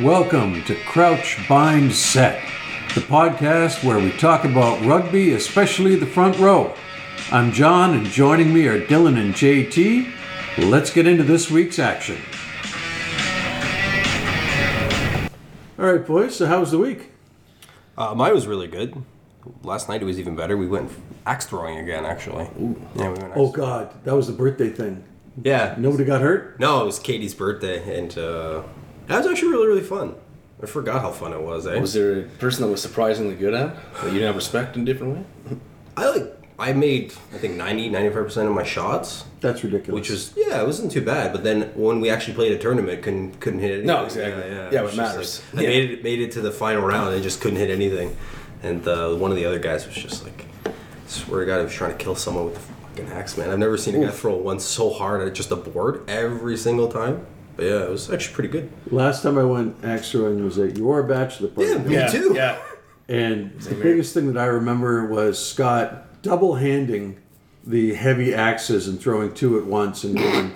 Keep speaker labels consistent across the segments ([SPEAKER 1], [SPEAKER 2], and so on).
[SPEAKER 1] Welcome to Crouch Bind Set, the podcast where we talk about rugby, especially the front row. I'm John, and joining me are Dylan and JT. Let's get into this week's action. All right, boys, so how was the week?
[SPEAKER 2] Uh, mine was really good. Last night it was even better. We went axe throwing again, actually. Yeah, we went axe-
[SPEAKER 1] Oh, God, that was the birthday thing.
[SPEAKER 2] yeah. No.
[SPEAKER 1] Nobody got hurt?
[SPEAKER 2] it was Katie's birthday, and uh, that was actually really, really fun. I forgot how fun it was. Eh?
[SPEAKER 3] Was there a person that was surprisingly good at that you didn't have respect in a different way?
[SPEAKER 2] I like. I made I think 90, 95 percent of my shots,
[SPEAKER 1] That's ridiculous.
[SPEAKER 2] which was yeah, it wasn't too bad. But then when we actually played a tournament, couldn't couldn't hit anything.
[SPEAKER 3] No, exactly. Yeah,
[SPEAKER 2] it
[SPEAKER 3] what
[SPEAKER 2] was just
[SPEAKER 3] matters.
[SPEAKER 2] like- I
[SPEAKER 3] Yeah.
[SPEAKER 2] made it made it to the final round and just couldn't hit anything. And uh, one of the other guys was just like, swear to God, he was trying to kill someone with the fucking axe, man. I've never seen a guy throw one so hard at just a board every single time. But yeah, it was actually pretty good.
[SPEAKER 1] Last time I went axe throwing was at your bachelor party.
[SPEAKER 2] Yeah, me too.
[SPEAKER 3] Yeah.
[SPEAKER 1] And the biggest thing that I remember was Scott double handing the heavy axes and throwing two at once and going,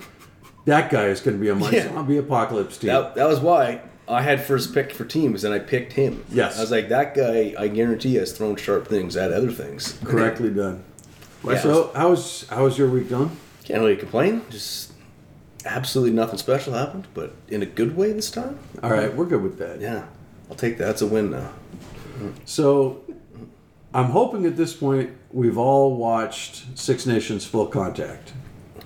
[SPEAKER 1] that guy is going to be on my
[SPEAKER 3] Yeah.
[SPEAKER 1] zombie apocalypse team.
[SPEAKER 3] That, that was why I had first pick for teams and I picked him.
[SPEAKER 1] Yes.
[SPEAKER 3] I was like, that guy, I guarantee, has thrown sharp things at other things.
[SPEAKER 1] Correctly done.
[SPEAKER 3] Yeah.
[SPEAKER 1] So, how's, how's your week going?
[SPEAKER 3] Can't really complain. Just absolutely nothing special happened, but in a good way this time.
[SPEAKER 1] All right, we're good with that.
[SPEAKER 3] Yeah. I'll take that. That's a win now.
[SPEAKER 1] So, I'm hoping at this point we've all watched Six Nations Full Contact.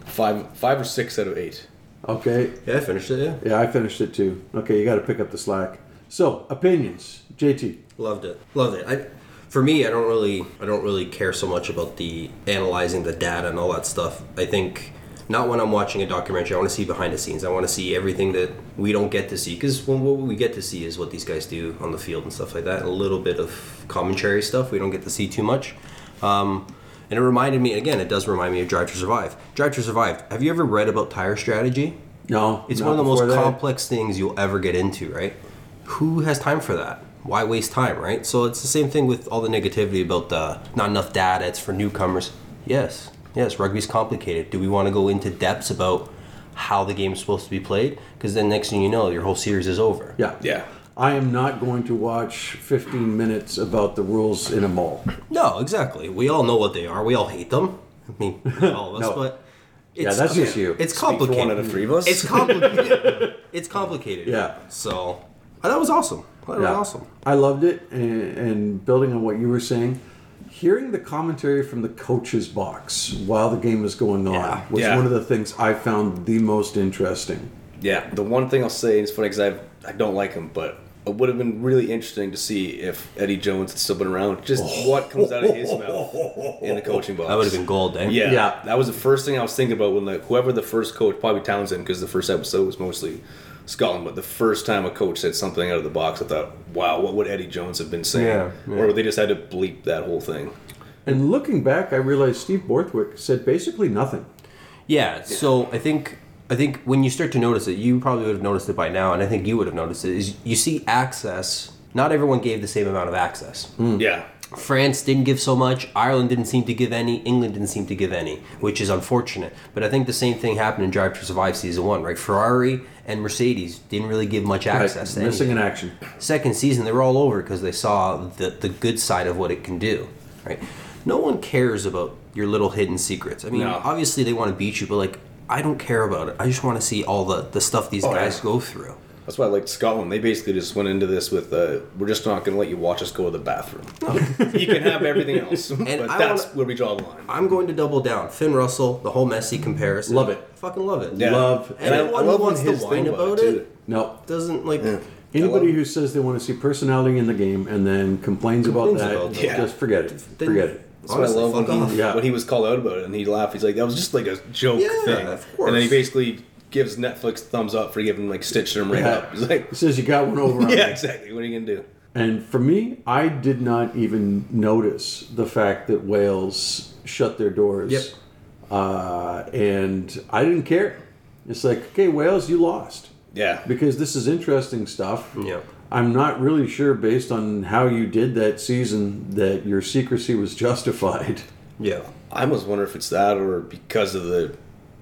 [SPEAKER 3] Five, five or six out of eight.
[SPEAKER 1] Okay,
[SPEAKER 2] Yeah, I finished it. Yeah,
[SPEAKER 1] yeah, I finished it too. Okay, you got to pick up the slack. So, opinions, JT.
[SPEAKER 2] loved it. Loved it. I, for me, I don't really, I don't really care so much about the analyzing the data and all that stuff. I think not when I'm watching a documentary. I want to see behind the scenes. I want to see everything that we don't get to see because what we get to see is what these guys do on the field and stuff like that. A little bit of commentary stuff we don't get to see too much. Um, and it reminded me again. It does remind me of Drive to Survive. Drive to Survive. Have you ever read about tire strategy?
[SPEAKER 1] No,
[SPEAKER 2] It's
[SPEAKER 1] not
[SPEAKER 2] one of the most
[SPEAKER 1] before that.
[SPEAKER 2] complex things you'll ever get into, right? Who has time for that? Why waste time, right? So it's the same thing with all the negativity about the not enough data, it's for newcomers. Yes, yes, rugby's complicated. Do we want to go into depths about how the game's supposed to be played? Because then next thing you know, your whole series is over.
[SPEAKER 1] Yeah.
[SPEAKER 3] Yeah.
[SPEAKER 1] I am not going to watch 15 minutes about the rules in a mall.
[SPEAKER 2] No, exactly. We all know what they are. We all hate them. I mean, all of us,
[SPEAKER 1] No.
[SPEAKER 2] but
[SPEAKER 1] Yeah,
[SPEAKER 2] it's,
[SPEAKER 1] that's just you.
[SPEAKER 2] It's
[SPEAKER 3] Speak for
[SPEAKER 2] complicated.
[SPEAKER 3] one out of three of us.
[SPEAKER 2] It's complicated. it's complicated.
[SPEAKER 1] Yeah.
[SPEAKER 2] So that was awesome. That was
[SPEAKER 1] Yeah.
[SPEAKER 2] Oh, awesome.
[SPEAKER 1] I loved it. And, and building on what you were saying, hearing the commentary from the coach's box while the game was going on
[SPEAKER 2] Yeah.
[SPEAKER 1] was
[SPEAKER 3] Yeah.
[SPEAKER 1] one of the things I found the most interesting.
[SPEAKER 3] Yeah, the one thing I'll say, and it's funny because I I don't like him, but it would have been really interesting to see if Eddie Jones had still been around. Just
[SPEAKER 2] Oh.
[SPEAKER 3] what comes out of his mouth in the coaching box.
[SPEAKER 2] That would have been gold, eh?
[SPEAKER 3] Yeah,
[SPEAKER 1] Yeah.
[SPEAKER 3] that was the first thing I was thinking about when the, whoever the first coach, probably Townsend, because the first episode was mostly Scotland. But the first time a coach said something out of the box, I thought, "Wow, what would Eddie Jones have been saying?"
[SPEAKER 2] Yeah, yeah.
[SPEAKER 3] Or they just had to bleep that whole thing.
[SPEAKER 1] And looking back, I realized Steve Borthwick said basically nothing.
[SPEAKER 2] Yeah. So I think I think when you start to notice it, you probably would have noticed it by now, and I think you would have noticed it. Is you see access. Not everyone gave the same amount of access.
[SPEAKER 3] Yeah,
[SPEAKER 2] France didn't give so much. Ireland didn't seem to give any. England didn't seem to give any, which is unfortunate. But I think the same thing happened in Drive to Survive season one, right? Ferrari and Mercedes didn't really give much access. to
[SPEAKER 1] Missing
[SPEAKER 2] anything
[SPEAKER 1] in action.
[SPEAKER 2] second season they were all over because they saw the, the good side of what it can do right no one cares about your little hidden secrets i mean
[SPEAKER 3] No.
[SPEAKER 2] obviously they want to beat you but like i don't care about it i just want to see all the, the stuff these guys
[SPEAKER 3] yeah.
[SPEAKER 2] go through
[SPEAKER 3] that's why I liked Scotland. They basically just went into this with, uh, "We're just not going to let you watch us go to the bathroom. you can have everything else, but
[SPEAKER 2] I
[SPEAKER 3] that's
[SPEAKER 2] wanna-
[SPEAKER 3] where we draw the line."
[SPEAKER 2] i'm going to double down finn russell the whole messy comparison
[SPEAKER 1] Love it.
[SPEAKER 2] fucking love it
[SPEAKER 3] Yeah.
[SPEAKER 1] Love.
[SPEAKER 3] and I, I
[SPEAKER 2] Anyone
[SPEAKER 3] love
[SPEAKER 2] who
[SPEAKER 3] when
[SPEAKER 2] wants to
[SPEAKER 3] his
[SPEAKER 2] whine
[SPEAKER 3] thing
[SPEAKER 2] about
[SPEAKER 3] about
[SPEAKER 2] it?
[SPEAKER 3] it.
[SPEAKER 1] No.
[SPEAKER 2] doesn't like
[SPEAKER 1] Anybody
[SPEAKER 3] love-
[SPEAKER 1] who says they want to see personality in the game and then complains about
[SPEAKER 2] Complains
[SPEAKER 1] that,
[SPEAKER 2] about that.
[SPEAKER 3] Yeah.
[SPEAKER 1] just forget it.
[SPEAKER 2] then-
[SPEAKER 1] Forget it.
[SPEAKER 3] That's what I
[SPEAKER 2] honestly,
[SPEAKER 3] love
[SPEAKER 2] fuck
[SPEAKER 3] when
[SPEAKER 2] off.
[SPEAKER 3] he,
[SPEAKER 1] Yeah.
[SPEAKER 3] when he was called out about it and he laughed. He's like, that was just like a joke
[SPEAKER 2] Yeah, of
[SPEAKER 3] thing. And then
[SPEAKER 2] course.
[SPEAKER 3] he basically gives Netflix thumbs up for giving like Stitch him right
[SPEAKER 1] Yeah.
[SPEAKER 3] up. He's like,
[SPEAKER 1] He says you got one over on
[SPEAKER 3] yeah,
[SPEAKER 1] me.
[SPEAKER 3] exactly. What are you going to do?
[SPEAKER 1] And for me, I did not even notice the fact that Wales shut their doors.
[SPEAKER 2] Yep.
[SPEAKER 1] Uh, and I didn't care. It's like, okay, Wales, you lost.
[SPEAKER 3] Yeah.
[SPEAKER 1] Because this is interesting stuff.
[SPEAKER 2] Yeah.
[SPEAKER 1] I'm not really sure, based on how you did that season, that your secrecy was justified.
[SPEAKER 2] yeah
[SPEAKER 3] I almost wonder if it's that or because of the,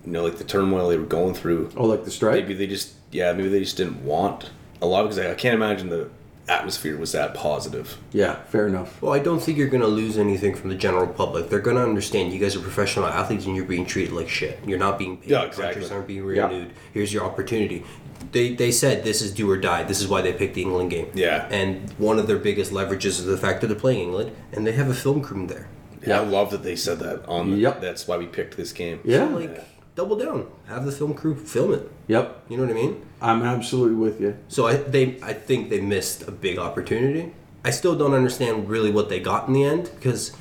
[SPEAKER 3] you know, like the turmoil they were going through.
[SPEAKER 1] Oh, like the strike?
[SPEAKER 3] Maybe they just, yeah, maybe they just didn't want a lot because I, I can't imagine the atmosphere was that positive.
[SPEAKER 1] Yeah, fair enough.
[SPEAKER 2] Well, I don't think you're going to lose anything from the general public. They're going to understand you guys are professional athletes and you're being treated like shit. You're not being paid.
[SPEAKER 3] Yeah, exactly.
[SPEAKER 2] Contracts aren't being
[SPEAKER 1] Yeah.
[SPEAKER 2] renewed. Here's your opportunity. They, they said this is do or die. This is why they picked the England game.
[SPEAKER 3] Yeah.
[SPEAKER 2] And one of their biggest leverages is the fact that they're playing England and they have a film crew there.
[SPEAKER 3] Yeah, I love that they said that on. The,
[SPEAKER 1] Yep.
[SPEAKER 3] That's why we picked this game.
[SPEAKER 1] Yeah.
[SPEAKER 2] Like, double down. Have the film crew film it.
[SPEAKER 1] Yep,
[SPEAKER 2] You know what I mean?
[SPEAKER 1] I'm absolutely with you.
[SPEAKER 2] So I they I think they missed a big opportunity. I still don't understand really what they got in the end because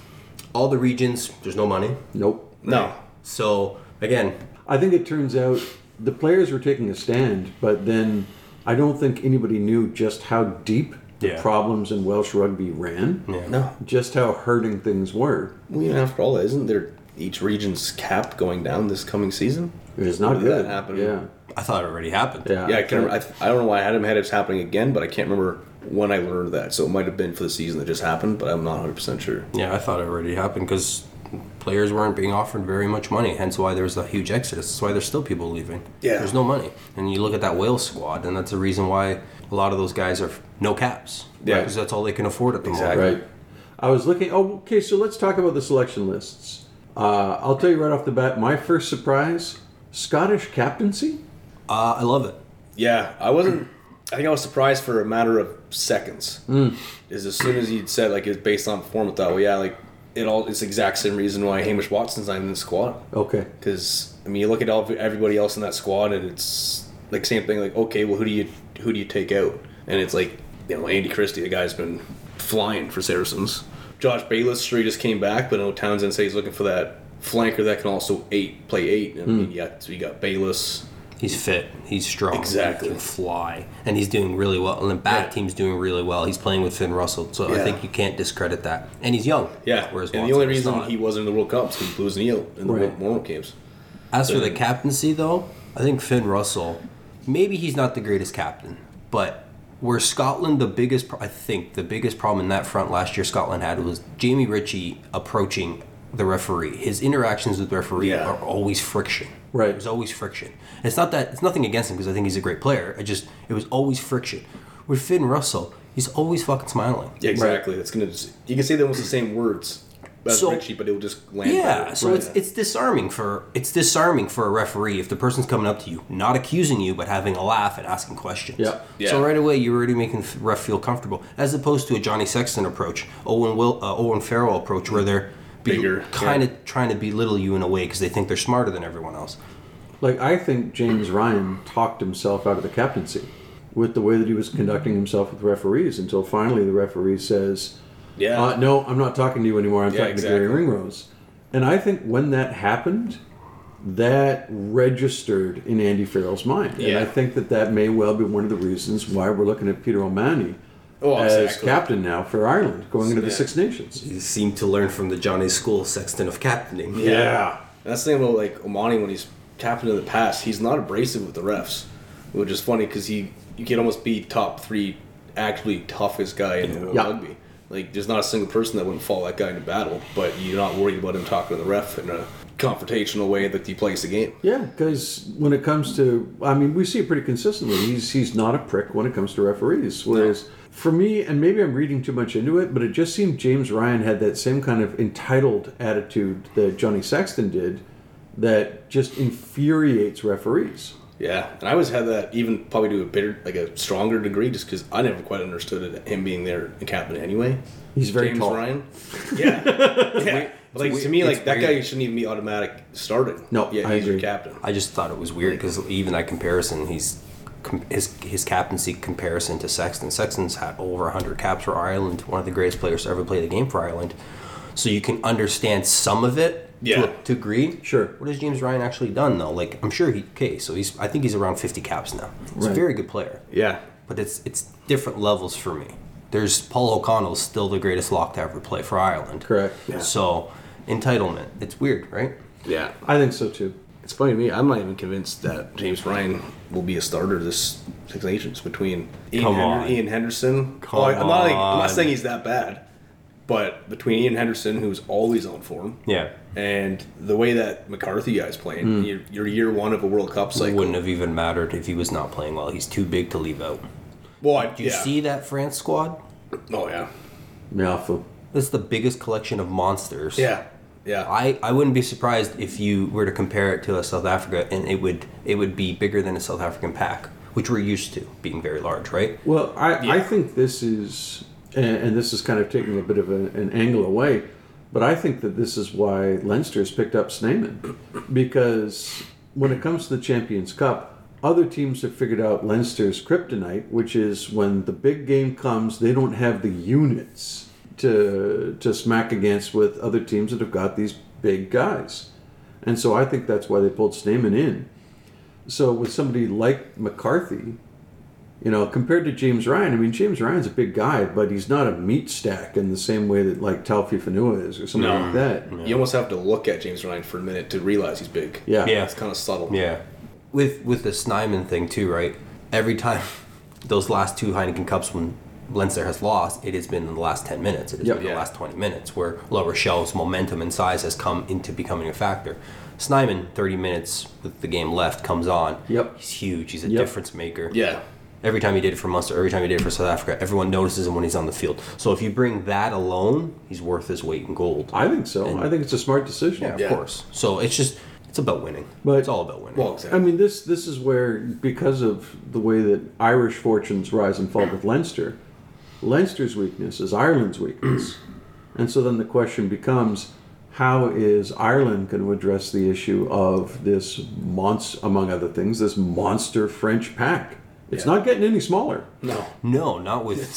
[SPEAKER 2] all the regions there's no money.
[SPEAKER 1] Nope.
[SPEAKER 3] No.
[SPEAKER 2] So again,
[SPEAKER 1] I think it turns out the players were taking a stand, but then I don't think anybody knew just how deep the
[SPEAKER 2] Yeah.
[SPEAKER 1] problems in Welsh rugby ran,
[SPEAKER 3] No.
[SPEAKER 1] just how hurting things were.
[SPEAKER 3] Well, even after all, isn't there each region's cap going down this coming season?
[SPEAKER 1] It's not
[SPEAKER 3] Did that
[SPEAKER 1] good.
[SPEAKER 3] happen?
[SPEAKER 1] Yeah,
[SPEAKER 2] I thought it already happened.
[SPEAKER 1] yeah.
[SPEAKER 3] Yeah, I, can, I, I don't know why I had him had it was happening again, but I can't remember when I learned that. So it might have been for the season that just happened, but I'm not 100 percent sure.
[SPEAKER 2] Yeah, I thought it already happened because players weren't being offered very much money. Hence why there was a huge exodus. That's why there's still people leaving.
[SPEAKER 3] Yeah.
[SPEAKER 2] there's no money, and you look at that Wales squad, and that's the reason why a lot of those guys are no caps.
[SPEAKER 3] Yeah.
[SPEAKER 2] because that's all they can afford at the
[SPEAKER 3] Exactly.
[SPEAKER 2] moment.
[SPEAKER 1] Right. I was looking. Oh, okay. So let's talk about the selection lists. Uh, I'll tell you right off the bat. My first surprise: Scottish captaincy.
[SPEAKER 2] Uh, I love it.
[SPEAKER 3] Yeah, I wasn't. I think I was surprised for a matter of seconds. Is as soon as he said like it's based on form, I thought, well, yeah, like it all. It's the exact same reason why Hamish Watson's not in the squad.
[SPEAKER 1] Okay.
[SPEAKER 3] Because I mean, you look at all everybody else in that squad, and it's like same thing. Like, okay, well, who do you who do you take out? And it's like you know, Andy Christie, the guy's been flying for Saracens. Josh Bayless, sure, he just came back, but no Townsend says he's looking for that flanker that can also eight play eight. And I mean, yeah, so you got Bayless.
[SPEAKER 2] He's fit. He's strong.
[SPEAKER 3] Exactly.
[SPEAKER 2] He can fly, and he's doing really well. And the back
[SPEAKER 3] Yeah.
[SPEAKER 2] team's doing really well. He's playing with Finn Russell, so I
[SPEAKER 3] Yeah.
[SPEAKER 2] think you can't discredit that. And he's young.
[SPEAKER 3] Yeah,
[SPEAKER 2] Whereas
[SPEAKER 3] and the
[SPEAKER 2] Watson
[SPEAKER 3] only
[SPEAKER 2] is
[SPEAKER 3] reason
[SPEAKER 2] not.
[SPEAKER 3] he wasn't in the World Cup is 'cause he blew his knee out in the
[SPEAKER 1] Right.
[SPEAKER 3] World warm-up games.
[SPEAKER 2] As for the captaincy, though, I think Finn Russell, maybe he's not the greatest captain, but where Scotland, the biggest, pro- I think, the biggest problem in that front last year Scotland had was Jamie Ritchie approaching the referee. His interactions with the referee
[SPEAKER 3] Yeah.
[SPEAKER 2] are always friction.
[SPEAKER 1] Right.
[SPEAKER 2] There's always friction. It's not that it's nothing against him because I think he's a great player. I just it was always friction. With Finn Russell, he's always fucking smiling.
[SPEAKER 3] Yeah, exactly. That's gonna. Just, you can say they almost the same words as
[SPEAKER 2] So-
[SPEAKER 3] Richie, but it will just land.
[SPEAKER 2] Yeah,
[SPEAKER 3] better.
[SPEAKER 2] so it's it's disarming for it's disarming for a referee if the person's coming up to you, not accusing you, but having a laugh and asking questions.
[SPEAKER 1] Yeah.
[SPEAKER 3] Yeah.
[SPEAKER 2] So right away, you're already making the ref feel comfortable, as opposed to a Johnny Sexton approach, Owen Will, uh, Owen Farrell approach, where they're
[SPEAKER 3] Bigger,
[SPEAKER 2] kind of trying to belittle you in a way because they think they're smarter than everyone else.
[SPEAKER 1] Like I think James Ryan talked himself out of the captaincy with the way that he was conducting himself with referees until finally the referee says,
[SPEAKER 3] yeah.
[SPEAKER 1] uh, "No, I'm not talking to you anymore. I'm
[SPEAKER 3] Yeah,
[SPEAKER 1] talking to Gary Ringrose." And I think when that happened, that registered in Andy Farrell's mind, and
[SPEAKER 3] Yeah.
[SPEAKER 1] I think that that may well be one of the reasons why we're looking at Peter O'Mahony
[SPEAKER 3] Oh,
[SPEAKER 1] as
[SPEAKER 3] exactly.
[SPEAKER 1] captain now for Ireland, going into the
[SPEAKER 3] Yeah.
[SPEAKER 1] Six Nations.
[SPEAKER 2] You seem to learn from the Johnny School Sexton of captaining.
[SPEAKER 1] Yeah,
[SPEAKER 3] And that's the thing about like Omani when he's tapping in the past, he's not abrasive with the refs, which is funny because he you can almost be top three actually toughest guy in the world
[SPEAKER 1] Yeah.
[SPEAKER 3] rugby. Like there's not a single person that wouldn't follow that guy into battle, but you're not worried about him talking to the ref in a confrontational way that he plays the game.
[SPEAKER 1] yeah. Because when it comes to, I mean, we see it pretty consistently. He's he's not a prick when it comes to referees. Whereas for me, and maybe I'm reading too much into it, but it just seemed James Ryan had that same kind of entitled attitude that Johnny Sexton did, that just infuriates referees.
[SPEAKER 3] Yeah, and I always had that even probably to a bitter, like a stronger degree, just because I never quite understood it, him being there in captain anyway.
[SPEAKER 1] He's very
[SPEAKER 3] James
[SPEAKER 1] tall.
[SPEAKER 3] Ryan. Yeah, yeah. like
[SPEAKER 2] weird.
[SPEAKER 3] to me, like
[SPEAKER 2] It's
[SPEAKER 3] that guy
[SPEAKER 2] weird.
[SPEAKER 3] shouldn't even be automatic starting.
[SPEAKER 1] No,
[SPEAKER 3] yeah,
[SPEAKER 1] I
[SPEAKER 3] he's your
[SPEAKER 1] agree.
[SPEAKER 3] captain.
[SPEAKER 2] I just thought it was weird because even that comparison, he's com- his his captaincy comparison to Sexton. Sexton's had over 100 caps for Ireland, one of the greatest players to ever play the game for Ireland. So you can understand some of it
[SPEAKER 3] Yeah.
[SPEAKER 2] to, a, to agree.
[SPEAKER 1] Sure.
[SPEAKER 2] What has James Ryan actually done though? Like I'm sure he okay, so he's I think he's around 50 caps now. He's
[SPEAKER 1] Right.
[SPEAKER 2] a very good player,
[SPEAKER 3] Yeah,
[SPEAKER 2] but it's it's different levels for me. There's Paul O'Connell's still the greatest lock to ever play for Ireland.
[SPEAKER 1] Correct.
[SPEAKER 2] So entitlement, it's weird, right?
[SPEAKER 3] yeah.
[SPEAKER 1] I think so too.
[SPEAKER 3] It's funny to me. I'm not even convinced that James Ryan will be a starter this Six Nations between Ian,
[SPEAKER 2] Come
[SPEAKER 3] Hen-
[SPEAKER 2] on.
[SPEAKER 3] Ian Henderson.
[SPEAKER 2] Come
[SPEAKER 3] Oh, I'm not. Like, I'm
[SPEAKER 2] on.
[SPEAKER 3] not saying he's that bad, but between Ian Henderson, who's always on form,
[SPEAKER 2] Yeah.
[SPEAKER 3] and the way that McCarthy guy's playing, you're, you're year one of a World Cup
[SPEAKER 2] It
[SPEAKER 3] cycle.
[SPEAKER 2] wouldn't have even mattered if he was not playing well. He's too big to leave out.
[SPEAKER 3] Well, I,
[SPEAKER 2] Do you
[SPEAKER 3] yeah.
[SPEAKER 2] see that France squad?
[SPEAKER 3] Oh yeah,
[SPEAKER 1] Yeah, for-
[SPEAKER 2] That's the biggest collection of monsters.
[SPEAKER 3] yeah, yeah.
[SPEAKER 2] I, I wouldn't be surprised if you were to compare it to a South Africa and it would it would be bigger than a South African pack, which we're used to being very large, right?
[SPEAKER 1] Well, I, I
[SPEAKER 3] Yeah.
[SPEAKER 1] think this is, and, and this is kind of taking a bit of a, an angle away, but I think that this is why Leinster has picked up Sneyman. Because when it comes to the Champions Cup, other teams have figured out Leinster's kryptonite, which is when the big game comes, they don't have the units to, to smack against with other teams that have got these big guys. And so I think that's why they pulled Sneyman in. So with somebody like McCarthy, you know, compared to James Ryan, I mean, James Ryan's a big guy, but he's not a meat stack in the same way that like Talfi Fanua is or something
[SPEAKER 3] No.
[SPEAKER 1] like that.
[SPEAKER 3] You almost have to look at James Ryan for a minute to realize he's big.
[SPEAKER 1] Yeah.
[SPEAKER 2] Yeah.
[SPEAKER 3] it's kind of subtle.
[SPEAKER 2] Yeah. With with the Snyman thing too, right? Every time those last two Heineken Cups when Leinster has lost, it has been in the last ten minutes. It has
[SPEAKER 1] Yep.
[SPEAKER 2] been
[SPEAKER 3] Yeah.
[SPEAKER 2] the last twenty minutes where La Rochelle's momentum and size has come into becoming a factor. Snyman, thirty minutes with the game left, comes on.
[SPEAKER 1] Yep.
[SPEAKER 2] He's huge. He's a
[SPEAKER 1] Yep.
[SPEAKER 2] difference maker.
[SPEAKER 3] yeah.
[SPEAKER 2] Every time he did it for Munster, every time he did it for South Africa, everyone notices him when he's on the field. So if you bring that alone, he's worth his weight in gold.
[SPEAKER 1] I think so. I think it's a smart decision.
[SPEAKER 2] of
[SPEAKER 3] Yeah.
[SPEAKER 2] course. So it's just it's about winning.
[SPEAKER 1] But-
[SPEAKER 2] it's all about winning.
[SPEAKER 3] Well, exactly.
[SPEAKER 1] I mean, this this is where because of the way that Irish fortunes rise and fall with Leinster, Leinster's weakness is Ireland's weakness, and so then the question becomes, how is Ireland going to address the issue of this monster, among other things, this monster French pack? It's
[SPEAKER 3] Yeah.
[SPEAKER 1] not getting any smaller.
[SPEAKER 3] no.
[SPEAKER 2] No, not with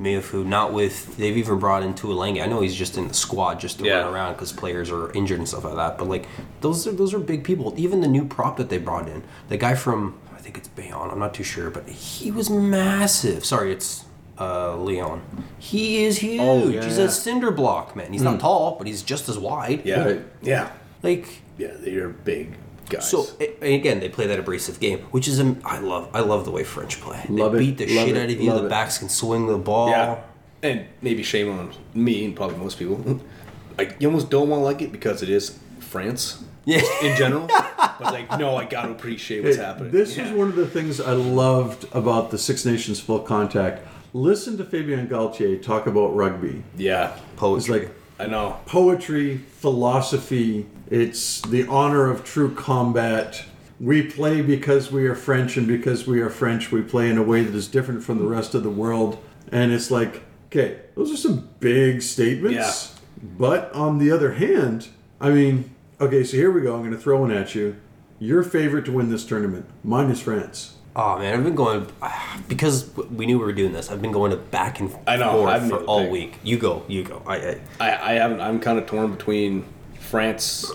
[SPEAKER 2] Miafu. Not with. They've even brought in Tuolangi. I know he's just in the squad just to
[SPEAKER 3] Yeah.
[SPEAKER 2] run around because players are injured and stuff like that. But like those are those are big people. Even the new prop that they brought in, the guy from I think it's Bayonne. I'm not too sure, but he was massive. Sorry, it's uh, Leon. He is huge.
[SPEAKER 1] yeah,
[SPEAKER 2] he's
[SPEAKER 1] Oh, yeah. Hmm.
[SPEAKER 2] a cinder block man. He's not tall, but he's just as wide.
[SPEAKER 3] Yeah.
[SPEAKER 1] Right.
[SPEAKER 3] Yeah.
[SPEAKER 2] Like
[SPEAKER 3] Yeah. They're big guys.
[SPEAKER 2] so a- and again, they play that abrasive game, which is am- I love. I love the way French play. They
[SPEAKER 1] Love it,
[SPEAKER 2] beat the
[SPEAKER 1] love
[SPEAKER 2] shit
[SPEAKER 1] it,
[SPEAKER 2] out of you.
[SPEAKER 1] love
[SPEAKER 2] The
[SPEAKER 1] it.
[SPEAKER 2] backs can swing the ball.
[SPEAKER 3] Yeah. And maybe shame on me and probably most people. I you almost don't want to like it because it is France
[SPEAKER 2] Yeah.
[SPEAKER 3] in general. but like, no, I gotta appreciate what's
[SPEAKER 1] Hey,
[SPEAKER 3] happening.
[SPEAKER 1] This
[SPEAKER 3] Yeah.
[SPEAKER 1] is one of the things I loved about the Six Nations Full Contact. Listen to Fabian Galtier talk about rugby.
[SPEAKER 3] Yeah.
[SPEAKER 1] It's
[SPEAKER 2] Poetry.
[SPEAKER 1] like
[SPEAKER 3] I know.
[SPEAKER 1] poetry, philosophy. It's the honor of true combat. We play because we are French, and because we are French, we play in a way that is different from the rest of the world. And it's like, okay, those are some big statements. But on the other hand, I mean, okay, so here we go. I'm going to throw one at you. Your favorite to win this tournament. Mine is France.
[SPEAKER 2] Oh man, I've been going because we knew we were doing this. I've been going to back and
[SPEAKER 3] I know,
[SPEAKER 2] forth
[SPEAKER 3] I've
[SPEAKER 2] for
[SPEAKER 3] made the
[SPEAKER 2] all
[SPEAKER 3] pick.
[SPEAKER 2] week. You go, you go. I, I
[SPEAKER 3] I, I haven't. I'm kind of torn between France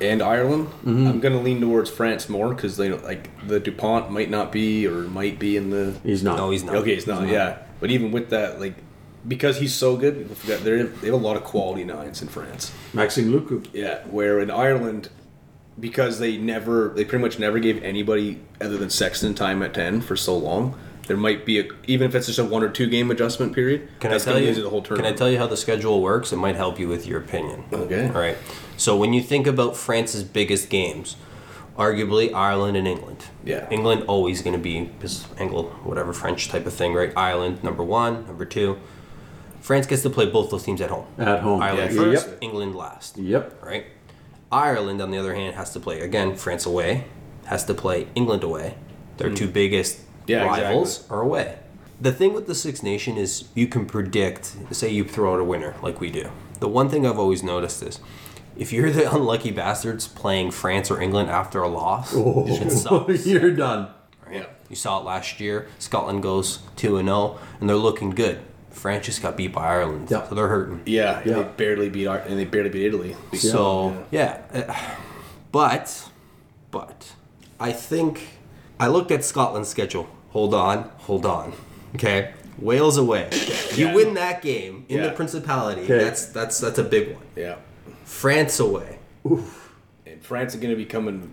[SPEAKER 3] and Ireland.
[SPEAKER 2] Mm-hmm.
[SPEAKER 3] I'm gonna lean towards France more because they like the Dupont might not be or might be in the.
[SPEAKER 1] He's not.
[SPEAKER 2] no, he's not.
[SPEAKER 3] Okay, it's not. Yeah, but even with that, like because he's so good, they're- they have a lot of quality nines in France.
[SPEAKER 1] Maxime Lucu.
[SPEAKER 3] Yeah, where in Ireland, because they never, they pretty much never gave anybody other than Sexton time at ten for so long. There might be a even if it's just a one or two game adjustment period.
[SPEAKER 2] Can I
[SPEAKER 3] that's
[SPEAKER 2] tell
[SPEAKER 3] gonna
[SPEAKER 2] you?
[SPEAKER 3] lose you the whole
[SPEAKER 2] can
[SPEAKER 3] tournament?
[SPEAKER 2] I tell you how the schedule works? It might help you with your opinion.
[SPEAKER 3] Okay.
[SPEAKER 2] All right. So when you think about France's biggest games, arguably Ireland and England.
[SPEAKER 3] Yeah.
[SPEAKER 2] England always going to be because Anglo whatever French type of thing, right? Ireland number one, number two. France gets to play both those teams at home.
[SPEAKER 1] At home.
[SPEAKER 2] Ireland
[SPEAKER 3] Yeah,
[SPEAKER 2] first,
[SPEAKER 3] yep.
[SPEAKER 2] England last.
[SPEAKER 1] Yep.
[SPEAKER 2] right? Ireland, on the other hand, has to play again France away, has to play England away. Their two biggest
[SPEAKER 3] Hmm. Yeah,
[SPEAKER 2] rivals
[SPEAKER 3] exactly.
[SPEAKER 2] are away. The thing with the Six Nation is you can predict. Say you throw out a winner like we do. The one thing I've always noticed is if you're the unlucky bastards playing France or England after a loss,
[SPEAKER 3] Oh.
[SPEAKER 2] it sucks.
[SPEAKER 1] You're done.
[SPEAKER 3] Yeah.
[SPEAKER 2] You saw it last year. Scotland goes two and zero, and they're looking good. France just got beat by Ireland,
[SPEAKER 1] Yeah.
[SPEAKER 2] so they're hurting.
[SPEAKER 3] Yeah,
[SPEAKER 1] Yeah.
[SPEAKER 3] they barely beat Ar- and they barely beat Italy.
[SPEAKER 2] So yeah, uh, but but I think I looked at Scotland's schedule. Hold on, hold on. Okay, Wales away. You
[SPEAKER 3] Yeah.
[SPEAKER 2] win that game in the
[SPEAKER 3] Yeah.
[SPEAKER 2] Principality.
[SPEAKER 1] Okay.
[SPEAKER 2] That's that's that's a big one.
[SPEAKER 3] Yeah,
[SPEAKER 2] France away.
[SPEAKER 3] and France are going to be coming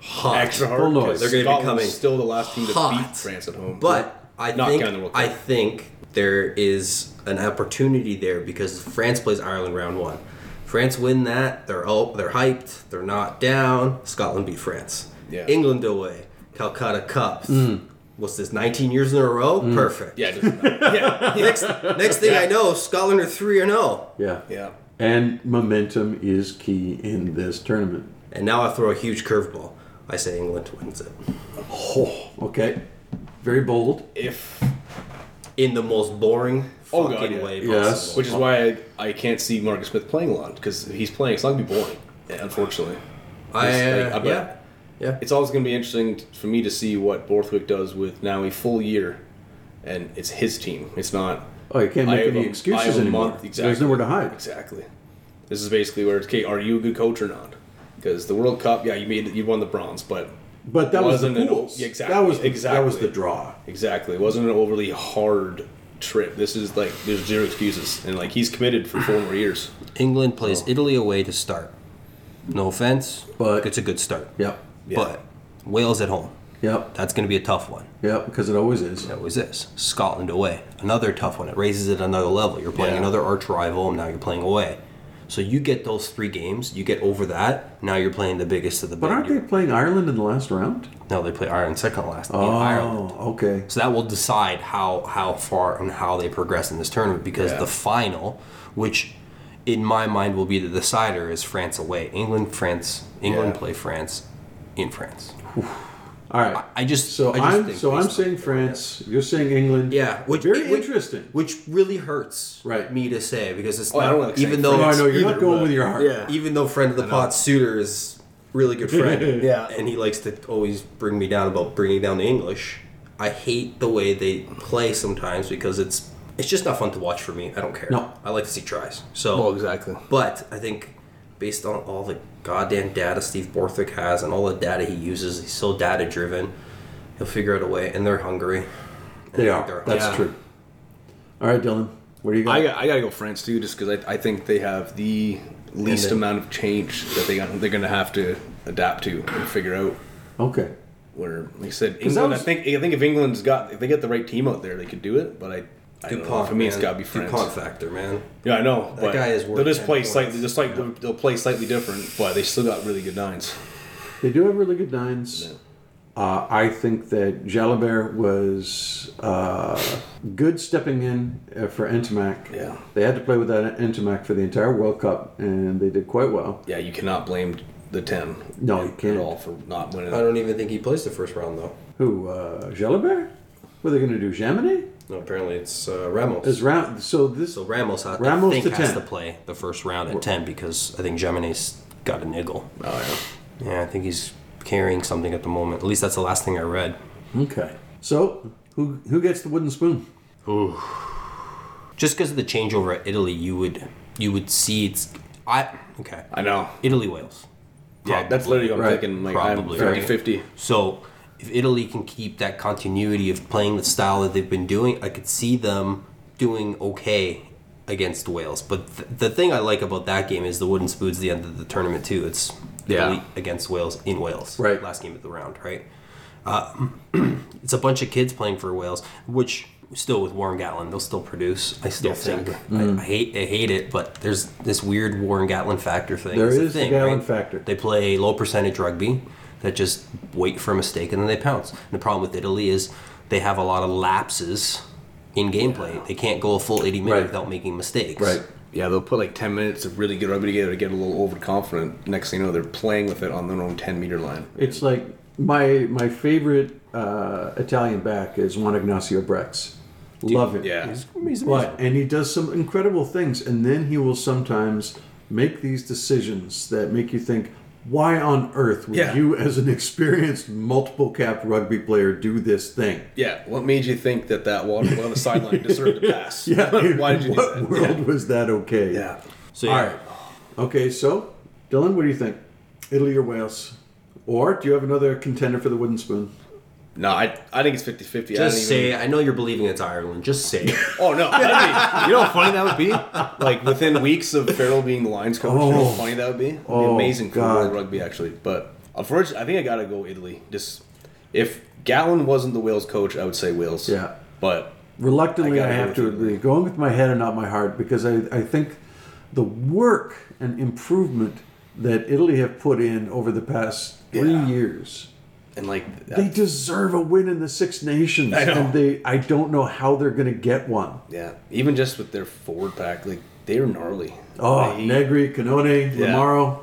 [SPEAKER 2] Hot.
[SPEAKER 3] extra hard.
[SPEAKER 1] Full noise.
[SPEAKER 3] 'cause
[SPEAKER 1] They're
[SPEAKER 2] gonna be
[SPEAKER 3] Scotland's
[SPEAKER 2] coming
[SPEAKER 3] still the last team to
[SPEAKER 2] hot.
[SPEAKER 3] beat France at home.
[SPEAKER 2] But I
[SPEAKER 3] Not
[SPEAKER 2] think
[SPEAKER 3] counting the World Cup.
[SPEAKER 2] I think there is an opportunity there because France plays Ireland round one. France win that, they're up, they're hyped, they're not down. Scotland beat France.
[SPEAKER 3] Yeah. Mm.
[SPEAKER 2] England away, Calcutta Cup, what's this, 19 years in a row? Perfect.
[SPEAKER 3] Yeah, just, yeah,
[SPEAKER 2] Next, next thing I know, Scotland are 3 and oh. 0.
[SPEAKER 1] Yeah.
[SPEAKER 3] yeah.
[SPEAKER 1] And momentum is key in this tournament.
[SPEAKER 2] And now I throw a huge curveball. I say England wins it.
[SPEAKER 1] Oh, okay. Very bold.
[SPEAKER 3] If
[SPEAKER 2] In the most boring
[SPEAKER 3] Oh,
[SPEAKER 2] fucking
[SPEAKER 3] God, yeah.
[SPEAKER 2] way possible.
[SPEAKER 1] Yes.
[SPEAKER 3] which is why I, I can't see Marcus Smith playing a lot because he's playing. It's not gonna be boring, unfortunately.
[SPEAKER 2] I,
[SPEAKER 3] It's
[SPEAKER 2] uh,
[SPEAKER 3] like, I bet-
[SPEAKER 2] yeah. Yeah.
[SPEAKER 3] It's always going to be interesting t- for me to see what Borthwick does with now a full year, and it's his team. It's not.
[SPEAKER 1] Oh, you can't
[SPEAKER 3] I
[SPEAKER 1] make
[SPEAKER 3] have
[SPEAKER 1] any
[SPEAKER 3] a- I
[SPEAKER 1] excuses
[SPEAKER 3] have a
[SPEAKER 1] anymore.
[SPEAKER 3] month-
[SPEAKER 1] There's
[SPEAKER 3] exactly.
[SPEAKER 1] nowhere to hide.
[SPEAKER 3] Exactly. This is basically where it's okay. Are you a good coach or not? Because the World Cup, yeah, you made you won the bronze, but
[SPEAKER 1] But that was the
[SPEAKER 3] Wasn't an-
[SPEAKER 1] pools.
[SPEAKER 3] Yeah, exactly,
[SPEAKER 1] That was the, That was
[SPEAKER 3] exactly.
[SPEAKER 1] the draw.
[SPEAKER 3] exactly, it wasn't an overly hard trip. This is like there's zero excuses, and like he's committed for four more years.
[SPEAKER 2] England plays Italy away to start. No offense,
[SPEAKER 1] Oh. But-
[SPEAKER 2] it's a good start.
[SPEAKER 1] Yep.
[SPEAKER 2] But Wales at home.
[SPEAKER 1] Yep.
[SPEAKER 2] That's going to be a tough one.
[SPEAKER 1] Yep. Because it always is.
[SPEAKER 2] That was this. Scotland away. Another tough one. It raises it another level. You're playing
[SPEAKER 3] Yeah.
[SPEAKER 2] another arch rival, and now you're playing away. So you get those three games. You get over that. Now you're playing the biggest of the
[SPEAKER 1] But aren't they playing Ireland in the last round?
[SPEAKER 2] No, they play Ireland second last in
[SPEAKER 1] Oh,
[SPEAKER 2] Ireland.
[SPEAKER 1] okay.
[SPEAKER 2] So that will decide how how far and how they progress in this tournament because
[SPEAKER 3] Yeah.
[SPEAKER 2] the final, which in my mind will be the decider, is France away. England, France, England
[SPEAKER 3] Yeah.
[SPEAKER 2] play France in France.
[SPEAKER 1] All right.
[SPEAKER 2] I just
[SPEAKER 1] So
[SPEAKER 2] I just
[SPEAKER 1] I'm
[SPEAKER 2] think
[SPEAKER 1] so
[SPEAKER 2] based
[SPEAKER 1] I'm
[SPEAKER 2] on-
[SPEAKER 1] saying France. You're saying England.
[SPEAKER 2] Yeah,
[SPEAKER 1] which
[SPEAKER 2] which-
[SPEAKER 1] very
[SPEAKER 2] which-
[SPEAKER 1] interesting.
[SPEAKER 2] which really hurts
[SPEAKER 1] Right.
[SPEAKER 2] me to say because it's
[SPEAKER 3] Oh, I
[SPEAKER 2] not
[SPEAKER 3] don't like saying
[SPEAKER 2] even though
[SPEAKER 1] no, I
[SPEAKER 2] it's-
[SPEAKER 1] know you're not
[SPEAKER 3] either,
[SPEAKER 1] going
[SPEAKER 3] but-
[SPEAKER 1] with your heart.
[SPEAKER 3] Yeah.
[SPEAKER 2] even though friend of the pot Suter is really good friend.
[SPEAKER 3] Yeah.
[SPEAKER 2] And he likes to always bring me down about bringing down the English. I hate the way they play sometimes because it's it's just not fun to watch for me. I don't care.
[SPEAKER 1] No.
[SPEAKER 2] I like to see tries. So
[SPEAKER 3] Well, exactly.
[SPEAKER 2] But I think based on all the goddamn data Steve Borthwick has and all the data he uses, he's so data driven. He'll figure out a way and they're hungry.
[SPEAKER 1] They
[SPEAKER 2] I think
[SPEAKER 1] are.
[SPEAKER 2] they're-
[SPEAKER 1] That's
[SPEAKER 2] Yeah.
[SPEAKER 1] true. All right, Dylan. What do you got?
[SPEAKER 3] I got, I gotta go France too, just because I, I think they have the least
[SPEAKER 2] And then-
[SPEAKER 3] amount of change that they got, they're gonna have to adapt to and figure out.
[SPEAKER 1] okay.
[SPEAKER 3] Where like I said,
[SPEAKER 1] that
[SPEAKER 3] England.
[SPEAKER 1] was-
[SPEAKER 3] I think I think if England's got if they get the right team out there, they could do it. But I, I don't know.
[SPEAKER 2] DuPont,
[SPEAKER 3] for me, it's
[SPEAKER 2] man.
[SPEAKER 3] got to be France.
[SPEAKER 2] DuPont factor, man.
[SPEAKER 3] Yeah, I know. but
[SPEAKER 2] guy is worth
[SPEAKER 3] They'll just
[SPEAKER 2] 10
[SPEAKER 3] play
[SPEAKER 2] points.
[SPEAKER 3] slightly. Just like they'll play slightly different, but they still got really good nines.
[SPEAKER 1] They do have really good nines. Uh, I think that Jalibert was uh, good stepping in uh, for Entomac.
[SPEAKER 3] Yeah.
[SPEAKER 1] They had to play with that Entomac for the entire World Cup, and they did quite well.
[SPEAKER 3] Yeah, you cannot blame the ten.
[SPEAKER 1] No, you can't.
[SPEAKER 3] at all for not winning.
[SPEAKER 2] I don't even think he plays the first round though.
[SPEAKER 1] Who? Uh, Jalibert? What are they going to do? Jaminet?
[SPEAKER 2] No, apparently it's uh, Ramos.
[SPEAKER 1] Is round? So this.
[SPEAKER 2] so Ramos, I
[SPEAKER 1] Ramos
[SPEAKER 2] think,
[SPEAKER 1] to
[SPEAKER 2] has
[SPEAKER 1] 10.
[SPEAKER 2] to play the first round at 10 because I think Gemina's got a niggle.
[SPEAKER 3] Oh
[SPEAKER 2] Yeah, I think he's carrying something at the moment. At least that's the last thing I read.
[SPEAKER 1] Okay. So who who gets the wooden spoon?
[SPEAKER 2] Just because of the changeover at Italy, you would you would see it's I okay
[SPEAKER 3] yeah, I know.
[SPEAKER 2] Italy Wales.
[SPEAKER 3] Yeah, that's literally what I'm
[SPEAKER 1] Right.
[SPEAKER 3] thinking. Like
[SPEAKER 2] Probably,
[SPEAKER 3] I'm
[SPEAKER 2] right.
[SPEAKER 3] 50-50.
[SPEAKER 2] So if Italy can keep that continuity of playing the style that they've been doing, I could see them doing okay against Wales. But th- the thing I like about that game is the wooden spoon's the end of the tournament too. It's
[SPEAKER 3] Yeah.
[SPEAKER 2] Italy against Wales in Wales,
[SPEAKER 1] Right.
[SPEAKER 2] Last game of the round, right? Uh, it's a bunch of kids playing for Wales, which still with Warren Gatlin, they'll still produce. I still
[SPEAKER 3] Yeah,
[SPEAKER 2] think
[SPEAKER 3] exactly.
[SPEAKER 1] Mm.
[SPEAKER 2] I, I hate I hate it, but there's this weird Warren Gatlin factor thing.
[SPEAKER 1] There
[SPEAKER 2] It's a
[SPEAKER 1] is the
[SPEAKER 2] thing,
[SPEAKER 1] Gatlin factor.
[SPEAKER 2] They play low percentage rugby that just wait for a mistake and then they pounce. And the problem with Italy is they have a lot of lapses in gameplay. They can't go a full 80 minutes
[SPEAKER 1] Right.
[SPEAKER 2] without making mistakes.
[SPEAKER 3] Yeah, they'll put like ten minutes of really good rugby together to get a little overconfident. Next thing you know, they're playing with it on their own ten meter line.
[SPEAKER 1] It's like my my favorite uh, Italian back is Juan Ignacio Brex. Love him.
[SPEAKER 3] yeah. He's-
[SPEAKER 1] But and he does some incredible things, and then he will sometimes make these decisions that make you think, why on earth would
[SPEAKER 3] Yeah.
[SPEAKER 1] you, as an experienced multiple cap rugby player, do this thing?
[SPEAKER 3] Yeah, what made you think that that water on the sideline deserved a pass?
[SPEAKER 1] Yeah.
[SPEAKER 3] why did you
[SPEAKER 1] in what
[SPEAKER 3] do that?
[SPEAKER 1] world was that okay?
[SPEAKER 3] Yeah.
[SPEAKER 2] So
[SPEAKER 1] All
[SPEAKER 2] yeah,
[SPEAKER 1] right. Okay, so Dylan, what do you think? Italy or Wales? Or do you have another contender for the wooden spoon?
[SPEAKER 3] No, I, I think it's 50 50.
[SPEAKER 2] just say I know you're believing it's Ireland. Just say it.
[SPEAKER 3] Oh, no. that'd be- you know how funny that would be? Like within weeks of Farrell being the Lions coach, you know
[SPEAKER 1] Oh.
[SPEAKER 3] how funny that would be? It'd be
[SPEAKER 1] Oh,
[SPEAKER 3] amazing for
[SPEAKER 1] God.
[SPEAKER 3] world rugby, actually. But unfortunately, I think I got to go Italy. Just If Gallon wasn't the Wales coach, I would say Wales.
[SPEAKER 1] Yeah.
[SPEAKER 3] But
[SPEAKER 1] Reluctantly,
[SPEAKER 3] I
[SPEAKER 1] I,
[SPEAKER 3] gotta
[SPEAKER 1] have
[SPEAKER 3] go
[SPEAKER 1] to
[SPEAKER 3] with Italy.
[SPEAKER 1] agree. Going with my head and not my heart because I, I think the work and improvement that Italy have put in over the past three
[SPEAKER 3] Yeah.
[SPEAKER 1] years
[SPEAKER 3] and like
[SPEAKER 1] They deserve a win in the Six Nations,
[SPEAKER 3] I know.
[SPEAKER 1] and they I don't know how they're going to get one.
[SPEAKER 3] yeah, even just with their forward pack, like they're gnarly.
[SPEAKER 1] Oh,
[SPEAKER 3] they,
[SPEAKER 1] Negri, Canone,
[SPEAKER 3] Yeah.
[SPEAKER 1] Lamaro.